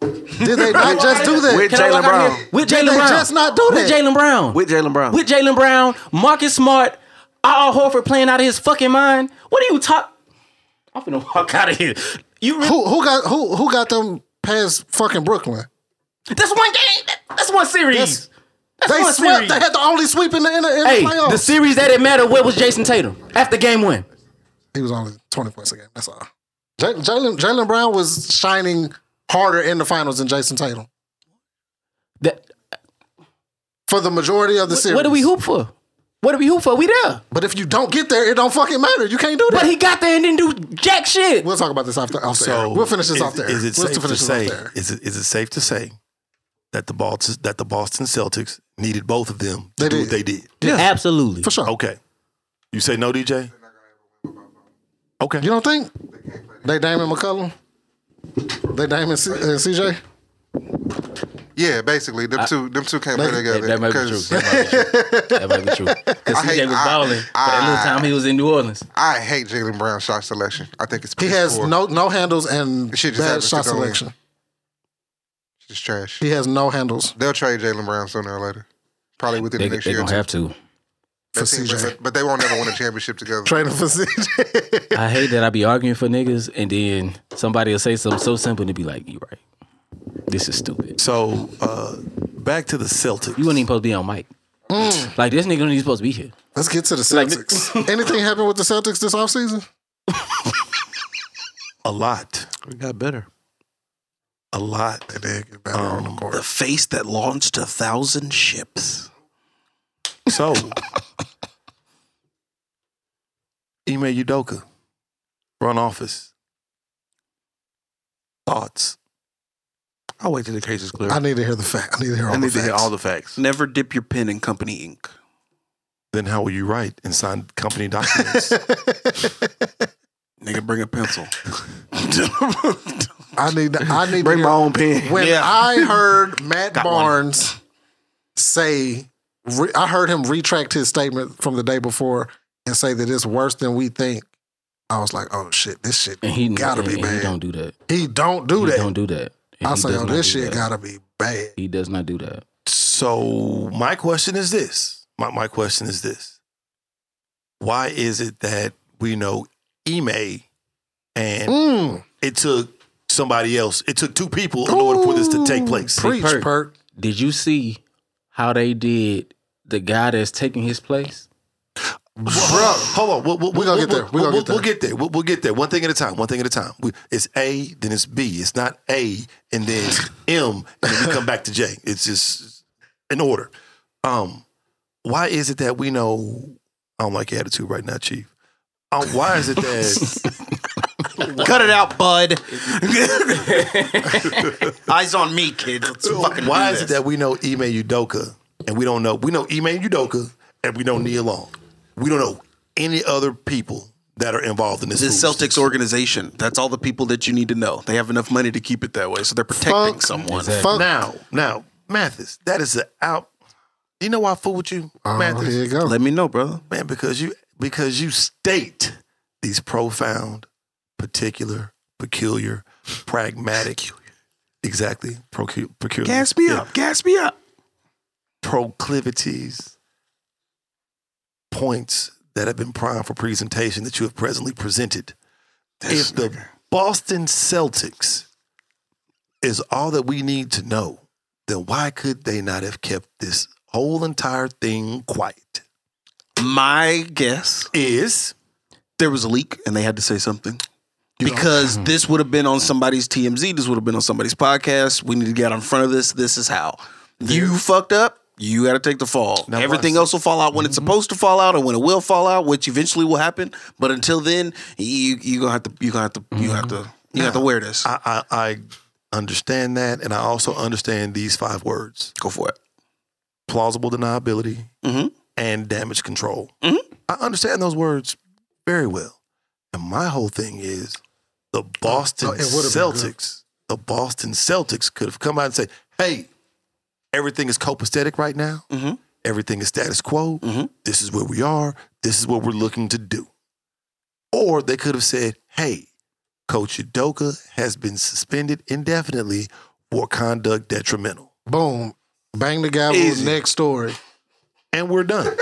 the-
Did they not just do that?
With
Can I
Jalen
walk out
Brown.
here? With
Did
Jalen
they
Brown.
just not do
With
that?
Jalen Brown.
With Jalen Brown.
With Jalen Brown. Marcus Smart. Al Horford playing out of his fucking mind. What are you talking? I'm finna walk out of here. You re-
Who, who got who who got them past fucking Brooklyn?
that's one game. that- That's one series.
That's-
That's,
They
one
swept.
series.
They had the only sweep in the, in the, in the
hey,
playoffs.
the series that it mattered. What was Jason Tatum after game one?
he was only twenty points a game. That's all. J- Jalen Jalen Brown was shining harder in the finals than Jason Tatum
That
for the majority of the series.
what do we hoop for? What do we hoop for? We there.
But if you don't get there, it don't fucking matter. You can't do that.
But he got there and didn't do jack shit.
we'll talk about this after. Off the air.
So
We'll finish this
is,
off there.
Is it
we'll
safe
finish
to
this off
say?
there.
Is it is it safe to say that the Boston that the Boston Celtics needed both of them to
They
do
did.
what they did?
Absolutely.
for sure?
Okay, you say no, DJ. Okay,
You don't think they Damon McCullum? They Damon C- uh, CJ?
Yeah, basically, them two, them two can't play
That,
together.
that might be true.
'cause
That might
(laughs)
be true. That might be true. Because
I hate-
CJ was
I-
balling for that little
I-
time he was in New Orleans.
I hate Jalen Brown's shot selection. I think it's
He
piss
has
poor.
no no handles and
Shit just
bad
happens to
shot
go in.
selection.
It's trash.
He has no handles
They'll trade Jalen Brown sooner or later, probably within
They,
the next
they
year. or
gonna
two.
have to.
That
for
team-
CJ.
but, but they won't ever win a championship together.
Training for CJ.
(laughs) I hate that I be arguing for niggas and then somebody will say something so simple to be like, you right. This is stupid.
so uh, back to the Celtics.
You weren't even supposed to be on mic.
Mm.
Like this nigga ain't even supposed to be here.
(laughs) Let's get to the Celtics. Anything happened with the Celtics this offseason?
a lot,
It got better.
a lot.
Oh,
The face that launched a thousand ships.
So, Ime Udoka, run office. Thoughts?
I'll wait till the case is clear.
I need to hear the fact. I need to hear all
I need
the
to hear
facts.
all the facts.
Never dip your pen in company ink.
Then how will you write and sign company documents?
Nigga, bring a pencil.
I need to, I need to
bring
hear-
my own pen.
(laughs) When
yeah.
I heard Matt
one.
Barnes say, re, I heard him retract his statement from the day before and say that it's worse than we think. I was like, oh shit, this shit
And he
gotta
and-
be
and
bad.
He don't do that.
He don't do
he
that.
don't do that. And
I
he
say,
does
oh,
not
this
do
shit
that.
gotta be bad.
He does not do that.
so my question is this. My my question is this. Why is it that we know Ime and
Mm,
it took somebody else? It took two people in order for this to take place.
preach,
Perk.
Perk.
Did you see how they did the guy that's taking his place?
Bro, hold on. We'll, we'll,
We gonna
we'll-
get there. We
we'll, we'll,
gonna get there.
we'll get there. We'll, we'll get there. One thing at a time. One thing at a time. We, it's A, then it's B. It's not A and then
(laughs)
M, and then we come back to J. It's just in order. Um, why is it that we know? I don't like your attitude right now, Chief. Um, why
(laughs)
is it that?
Cut it out,
(laughs)
bud. (laughs) Eyes on me, kid. Let's fucking
why
do
is it
this.
that we know Ime Udoka and we don't know? We know Ime Udoka and we know Neil Long. We don't know any other people that are involved in this.
the
foolishness.
Celtics organization. That's all the people that you need to know. They have enough money to keep it that way, so they're protecting
Fuck.
someone.
Fuck.
Now, now, Mathis, that is an out. You know why I fool with you,
Oh,
Mathis?
here you go.
Let me know, brother.
Man, because you because you state these profound, particular, peculiar, pragmatic, exactly procu- peculiar.
Gas me
yeah,
up. Gas me up.
proclivities, points that have been primed for presentation that you have presently presented. if the Boston Celtics is all that we need to know, then why could they not have kept this whole entire thing quiet?
My guess
Is
there was a leak and they had to say something. because
Hmm.
this would have been on somebody's TMZ, this would have been on somebody's podcast. We need to get out in front of this. This is how. You fucked up, you got to take the fall.
Now
Everything
watch. Mm-hmm.
else will fall out when it's supposed to fall out and when it will fall out, which eventually will happen. But until then, you you going to have to you going to have to you have to
You have to wear this.
Mm-hmm. I, I I understand that, and I also understand these five words:
Go for it.
plausible deniability
Mm-hmm.
and damage control. I understand those words very well, and my whole thing is the Boston
Oh, it would've been good.
Celtics. The Boston Celtics could have come out and said, "Hey, everything is copacetic right now.
Mm-hmm.
Everything is status quo. This is where we are. This is what we're looking to do." Or they could have said, hey, Coach Udoka has been suspended indefinitely for conduct detrimental.
Boom. Bang the gavel.
Easy.
Next story.
And we're done.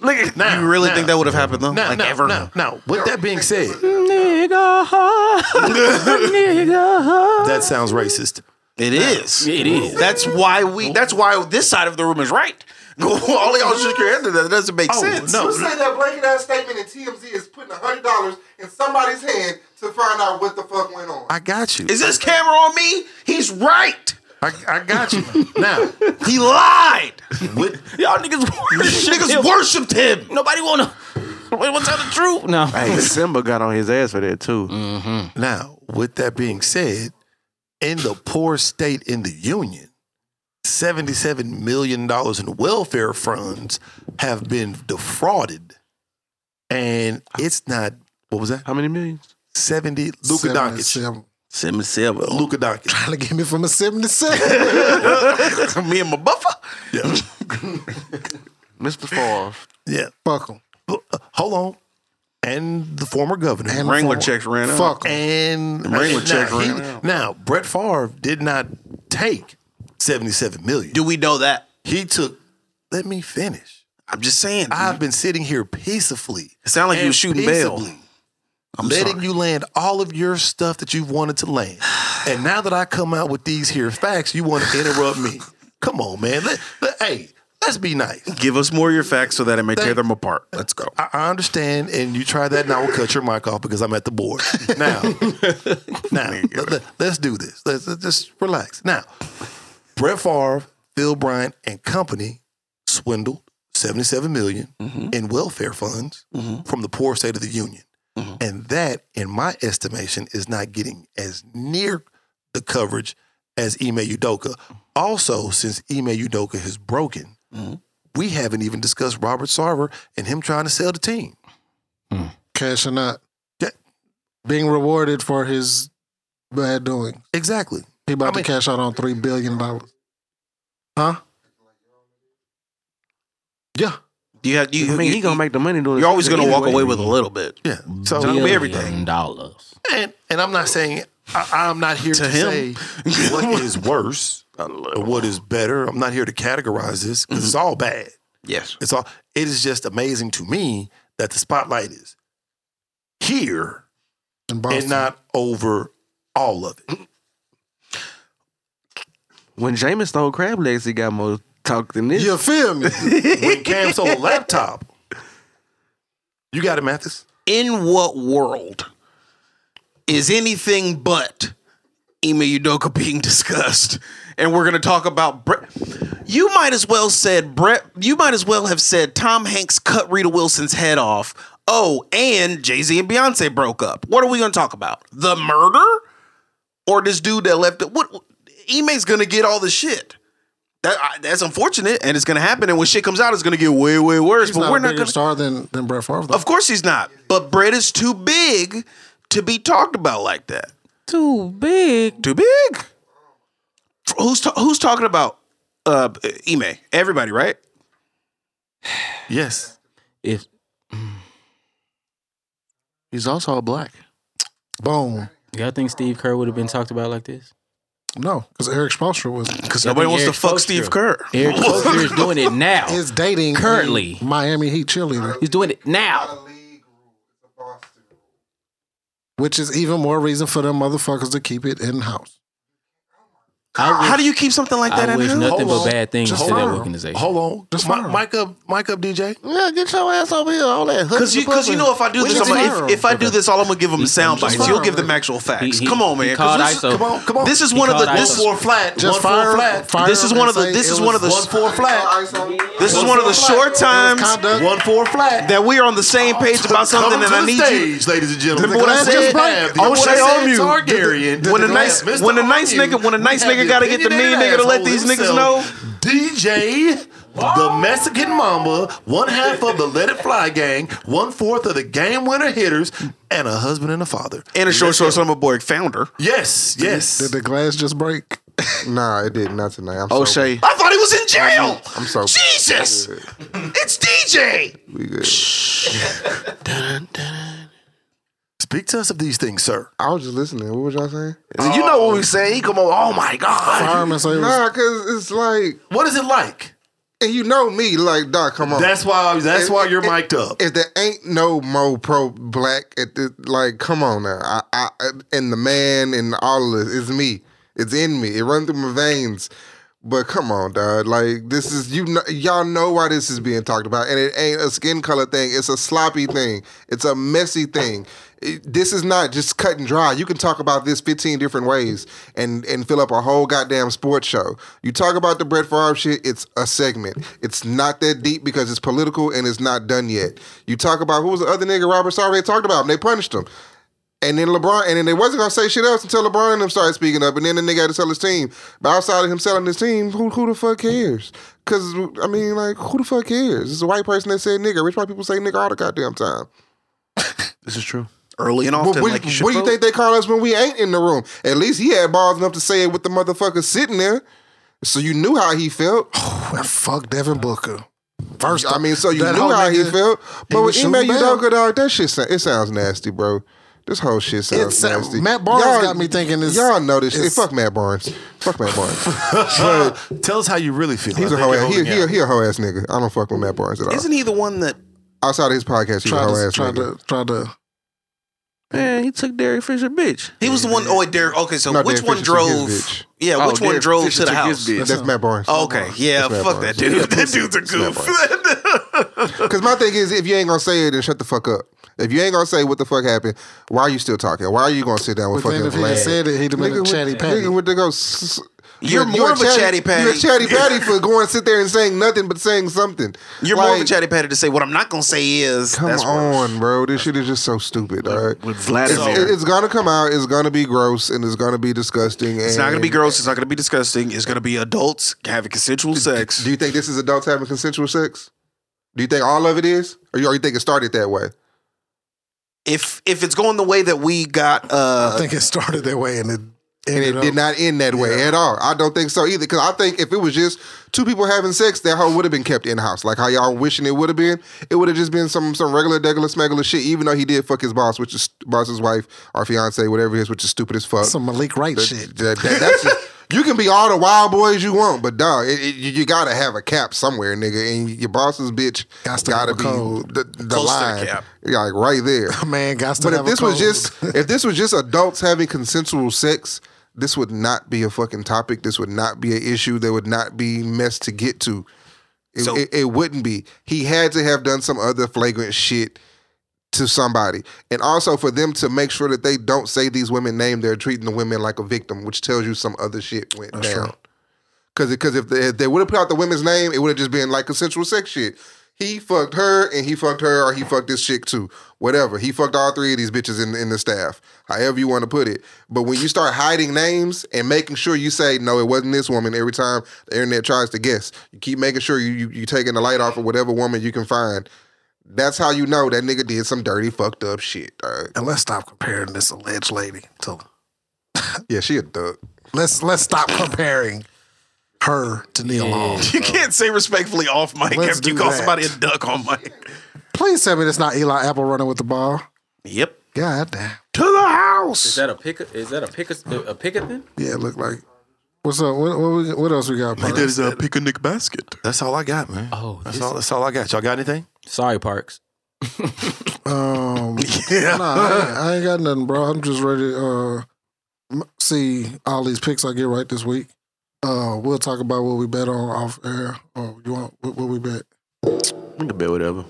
Look at
Now,
You really
now.
think that would have happened though?
Now,
like
now,
ever?
now, now, with that being said,
Nigga, nigga.
that sounds racist.
It is.
It is.
That's why we. That's why this side of the room is right. (laughs) All y'all just created that doesn't make
Oh,
sense.
no.
You say that blanket ass statement and TMZ is putting hundred dollars in somebody's hand to find out what the fuck went on.
I got you.
Is this camera on me? He's right.
I, I got you.
(laughs)
now,
He lied.
with,
Y'all niggas worship him.
Niggas worshipped him.
Nobody wanna. Wait, what's out the truth? No. Mm.
Hey, Simba got on his ass for that too.
now, with that being said, in the poor state in the union, $77 million in welfare funds have been defrauded. And it's not, what was that?
How many millions?
70 Luka Doncic.
(laughs) 77.
Simba Silva.
Luka Doncic.
Trying to get me from
(laughs)
a 77.
me and my buffer.
Yeah.
Mr. Favre.
yeah.
Fuck them.
But, uh, hold on. And the former governor. And,
Wrangler checks ran out.
Fuck 'em.
I
Ring
mean,
with check
now, he-
ran out.
now, Brett Favre did not take 77 million.
Do we know that?
He took let me finish.
I'm just saying.
I've been sitting here peacefully.
Mm-hmm. it sounded like you
and
were shooting bail.
peaceably letting you land all of your stuff that you've wanted to
(sighs)
land. And now that I come out with these here facts, you want to interrupt
(sighs)
me. Come on, man. Let, let- hey, let's be nice.
Give us more of your facts so that it may tear them apart. Let's go.
I, I understand, and you try that, and I will cut your mic off because I'm at the board now. now, let, us do this. Let's, let's just relax. Now, Brett Favre, Phil Bryant, and company swindled 77 million in welfare funds from the poor state of the union, and that, in my estimation, is not getting as near the coverage as Ime Udoka. Also, since Ime Udoka has broken we haven't even discussed Robert Sarver and him trying to sell the team.
Cashing out.
Yeah.
Being rewarded for his bad doing.
Exactly.
He about
I mean-
to cash out on three billion dollars. Huh? Yeah.
Do you have? You,
I mean,
you,
he gonna make the money doing.
you're always gonna walk away with a little bit.
Yeah. So
Tell me everything.
Billion dollars.
and, and I'm not saying I, I'm not here to,
him.
say
(laughs)
what is worse or what is better. I'm not here to categorize this because
Mm-hmm.
it's all bad.
Yes.
It's all it is just amazing to me that the spotlight is here
In Boston.
and not over all of it.
When Jameis stole crab legs, he got more talk than this.
you feel me?
when Cam sold a laptop. You got it, Mathis?
In what world is anything but Ime Udoka being discussed? And we're gonna talk about Brett. You might as well said Brett. You might as well have said Tom Hanks cut Rita Wilson's head off. Oh, and Jay Z and Beyonce broke up. What are we gonna talk about? The murder or this dude that left it? What? Ime's gonna get all the shit. That, I- that's unfortunate, and it's gonna happen. And when shit comes out, it's gonna get way, way worse.
He's
but
not
we're
a
not
bigger
gonna.
star than than Brett Favre. though.
Of course he's not. But Brett is too big to be talked about like that.
Too big.
Too big. Who's ta- who's talking about uh Ime? Everybody, right?
Yes.
If
He's also a black.
Boom.
y'all think Steve Kerr would have been talked about like this?
No, because Eric Spoelstra was
Because nobody wants
Eric
to fuck
Spoelstra.
Steve Kerr.
Eric Spoelstra is doing it now.
is dating
Currently.
a Miami Heat cheerleader,
He's doing it now.
Not a league rule. It's a Boston rule.
which is even more reason for them motherfuckers to keep it in house.
I wish-
How do you keep something like that
I
in
wish
house?
nothing
Hold
but
on.
bad things to
Just
that
fire 'em.
organization.
Hold on. Just
fire 'em.
mic up, mic up, DJ.
Yeah, get your ass over here. All that.
Because you, cause you know if I do
We
this,
just
I'm
fire
gonna,
'em.
if, if I do this, all I'm gonna give them
Just
sound bites.
fire
You'll
'em.
give the actual facts.
He- he-
come on,
he
man. 'cause
called
this is-
ISO.
Come on, come on.
This is
He
one of the
called
this
ISO.
four flat.
Just
One
fire,
four flat.
fire
This
him
is one
and
of the-
say
this is
it
one of the-
was
One four flat.
This is one of the short times
conduct.
One four flat.
that we are on the same page about something,
Coming
and
to
I
the
need you.
stage, ladies and gentlemen.
Remember what I
Glad
said?
to have you.
I wish
What
they
said,
own you.
Targaryen.
When a
Glass,
nice
Mr.
when a
Own
nice
You.
nigga when a nice
Have
nigga
the
gotta get the mean
opinionated
nigga to let
asshole
these niggas
himself.
know.
DJ, the Mexican Mamba, one half of the Let It Fly gang, one fourth of the game winner hitters, and a husband and a father.
And a short short summer boy founder.
Yes,
Did
yes.
the glass just break?
Nah, it did not tonight. I'm sober.
O'Shea. I thought he was in jail.
I'm so
Jesus. It's DJ.
We good.
Speak to us of these things, sir.
I was just listening. What was y'all saying?
you know what we saying? He come on. Oh my god.
Fireman say it was
Nah, cause it's like,
What is it like?
and you know me, like, dog, come on.
That's why. That's
It-
why you're
it-
mic'd up.
if there ain't no mo pro black, at this, like come on now, I, I and the man and all of this, it's me, it's in me, it runs through my veins. But come on, dog, like this is you know y'all know why this is being talked about, and it ain't a skin color thing, it's a sloppy thing, it's a messy thing. It- this is not just cut and dry. You can talk about this 15 different ways and and fill up a whole goddamn sports show. You talk about the Brett Favre shit, it's a segment. It's not that deep because it's political and it's not done yet. You talk about who was the other nigga Robert Sarve talked about and they punished him. And then LeBron, and then they wasn't gonna say shit else until LeBron and them started speaking up, and then the nigga had to sell his team. But outside of him selling his team, who who the fuck cares? Cause I mean, like, who the fuck cares? It's a white person that said nigga. Rich white people say nigga all the goddamn time.
This is true.
Early and
(laughs)
What,
often,
what,
like you
you,
should.
what do you
vote.
think they call us when we ain't in the room? At least he had balls enough to say it with the motherfucker sitting there. So you knew how he felt.
well, (laughs) fuck Devin Booker. Oh, First,
I mean, so you
that
knew
whole
how he
nigga,
felt. But
was
with
shooting
Ime
down.
Udoka, dog, that shit sound, it sounds nasty, bro. This whole shit sounds
It's- uh,
nasty.
Matt Barnes got me thinking this-
Y'all know this shit.
it's-
Fuck Matt Barnes. Fuck
(laughs)
Matt Barnes.
Tell us how you really feel.
He's
I
a
think
hoe
you're
ass. He,
holding
he, a-
out.
he a hoe ass nigga. I don't fuck with Matt Barnes at all.
Isn't he the one that
Outside of his podcast, he's a
tried
hoe
to
ass
tried
nigga.
to tried to.
Man, he took Derry Fisher, bitch.
he was the one oh wait, Derek okay, so
Not
which
Derek
one
Fisher, took his bitch.
drove Yeah,
Oh,
which one
Derek
drove
Fisher
to the
took his
house?
bitch.
That's Matt Barnes.
Oh, okay. Yeah,
That's Matt
fuck that
Barnes.
dude. (laughs) That dude's a
Matt
goof.
Because my thing is, if you ain't gonna say it, then shut the fuck up. If you ain't gonna say what the fuck happened, why are you still talking? Why are you gonna sit down with
But then
fucking
if he had
Vlad?
said it, he'd have been a
Nigga,
chatty
what-
patty.
Nigga, what to go? s-
You're more of a chatty patty.
You're a chatty
(laughs)
patty for going sit there and saying nothing but saying something.
(laughs) You're more of a
Like,
chatty patty to say what I'm not gonna say is
Come
that's worse.
on, bro. This shit is just so stupid. All right.
With
It's,
Vladimir.
it's gonna come out. It's gonna be gross and it's gonna be disgusting.
It's not gonna be gross. It's not gonna be disgusting. It's gonna be adults having consensual sex.
Do you think this is adults having consensual sex? Do you think all of it is, or you, or you think it started that way?
If if it's going the way that we got,
I
uh,
think it started that way, and it
and it did not end that way at all. I don't think so either. Because I think if it was just two people having sex, that hoe would have been kept in house. Like how y'all wishing it would have been. It would have just been some some regular degular smegular shit. Even though he did fuck his boss, which is boss's wife or fiance, whatever it is, which is stupid as fuck.
some Malik Wright shit.
That- that- that's just- you can be all the wild boys you want, but dog, it, it, you you gotta have a cap somewhere, nigga. And your boss's bitch
Gots to have
gotta
a
be
code.
the, the
Close to the
line,
cap.
like right there.
Man, guys,
But if this was just if this was just adults having consensual sex, this would not be a fucking topic. This would not be an issue. There would not be mess to get to. It,
So-
it, it wouldn't be. He had to have done some other flagrant shit to somebody, and also for them to make sure that they don't say these women name. They're treating the women like a victim, which tells you some other shit went down. Because because if they, if they would have put out the women's name, it would have just been like consensual sex shit. He fucked her and he fucked her, or he fucked this chick too. Whatever. He fucked all three of these bitches in, in the staff, however you want to put it. But when you start hiding names and making sure you say, no, it wasn't this woman every time the internet tries to guess, you keep making sure you, you, you taking the light off of whatever woman you can find. That's how you know that nigga did some dirty, fucked up shit. All right.
and let's stop comparing this alleged lady to.
Yeah, she a thug.
Let's let's stop comparing her to Neil Long.
you can't say respectfully off mic
Let's
after you
do
call
that.
somebody a duck on mic.
Please tell me that's not Eli Apple running with the ball.
Yep.
God damn.
To the house.
Is that a pick? Is that a pick? A, a picket then?
Yeah, it looked like. What's up? What what, we, what else we got? Parks?
There's a uh, picnic basket. That's all I got, man.
Oh,
that's
this-
all. That's all I got. Y'all got (laughs) anything?
Sorry, Parks.
Um, yeah. Nah, I, ain't- I ain't got nothing, bro. I'm just ready to uh, m- see all these picks I get right this week. Uh, we'll talk about what we bet on off air. Or you want what, what we bet?
We can bet whatever.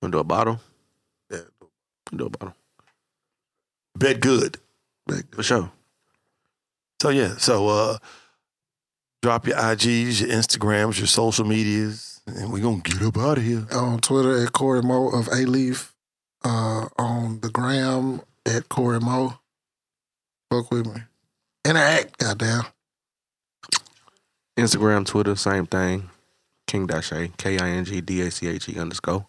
Wanna do a bottle?
Yeah.
Wanna Do a bottle.
Bet good.
For sure.
So yeah, so uh drop your IGs, your Instagrams, your social medias, and we're gonna get up out of here.
On Twitter at Corey Mo of A Leaf. Uh, on the gram at Corey Mo. Fuck with me. Interact, goddamn.
Instagram, Twitter, same thing. King Dashe, K I N G D A C H E underscore.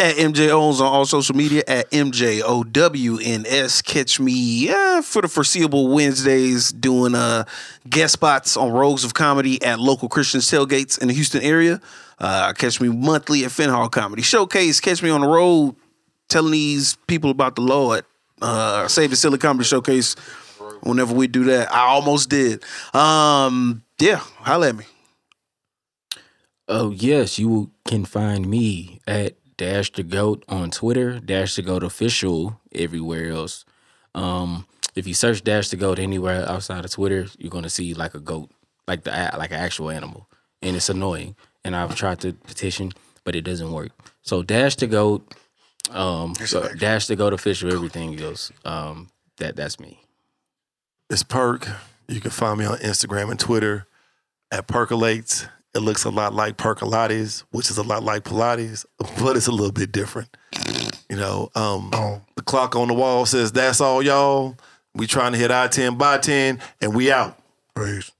At MJ Owens on all social media at MJ O W N S. Catch me uh, for the foreseeable Wednesdays doing uh, guest spots on Rogues of Comedy at local Christian tailgates in the Houston area. Uh, catch me monthly at Finn Hall Comedy Showcase. Catch me on the road telling these people about the Lord. Uh, Save the Silly Comedy Showcase. Whenever we do that, I almost did. Um, yeah, holla at me.
Oh yes, you will- can find me at Dash the Goat on Twitter, Dash the Goat official everywhere else. Um, if you search Dash the Goat anywhere outside of Twitter, you're gonna see like a goat, like the a- like an actual animal, and it's annoying. And I've tried to petition, but it doesn't work. So Dash the Goat, um, so Dash the Goat official, everything else. Um, that that's me.
It's Perk. You can find me on Instagram and Twitter at Percolates. It looks a lot like Percolates, which is a lot like Pilates, (laughs) but it's a little bit different. You know, um, the clock on the wall says that's all, y'all. We trying to hit I ten by ten, and we out.
Praise.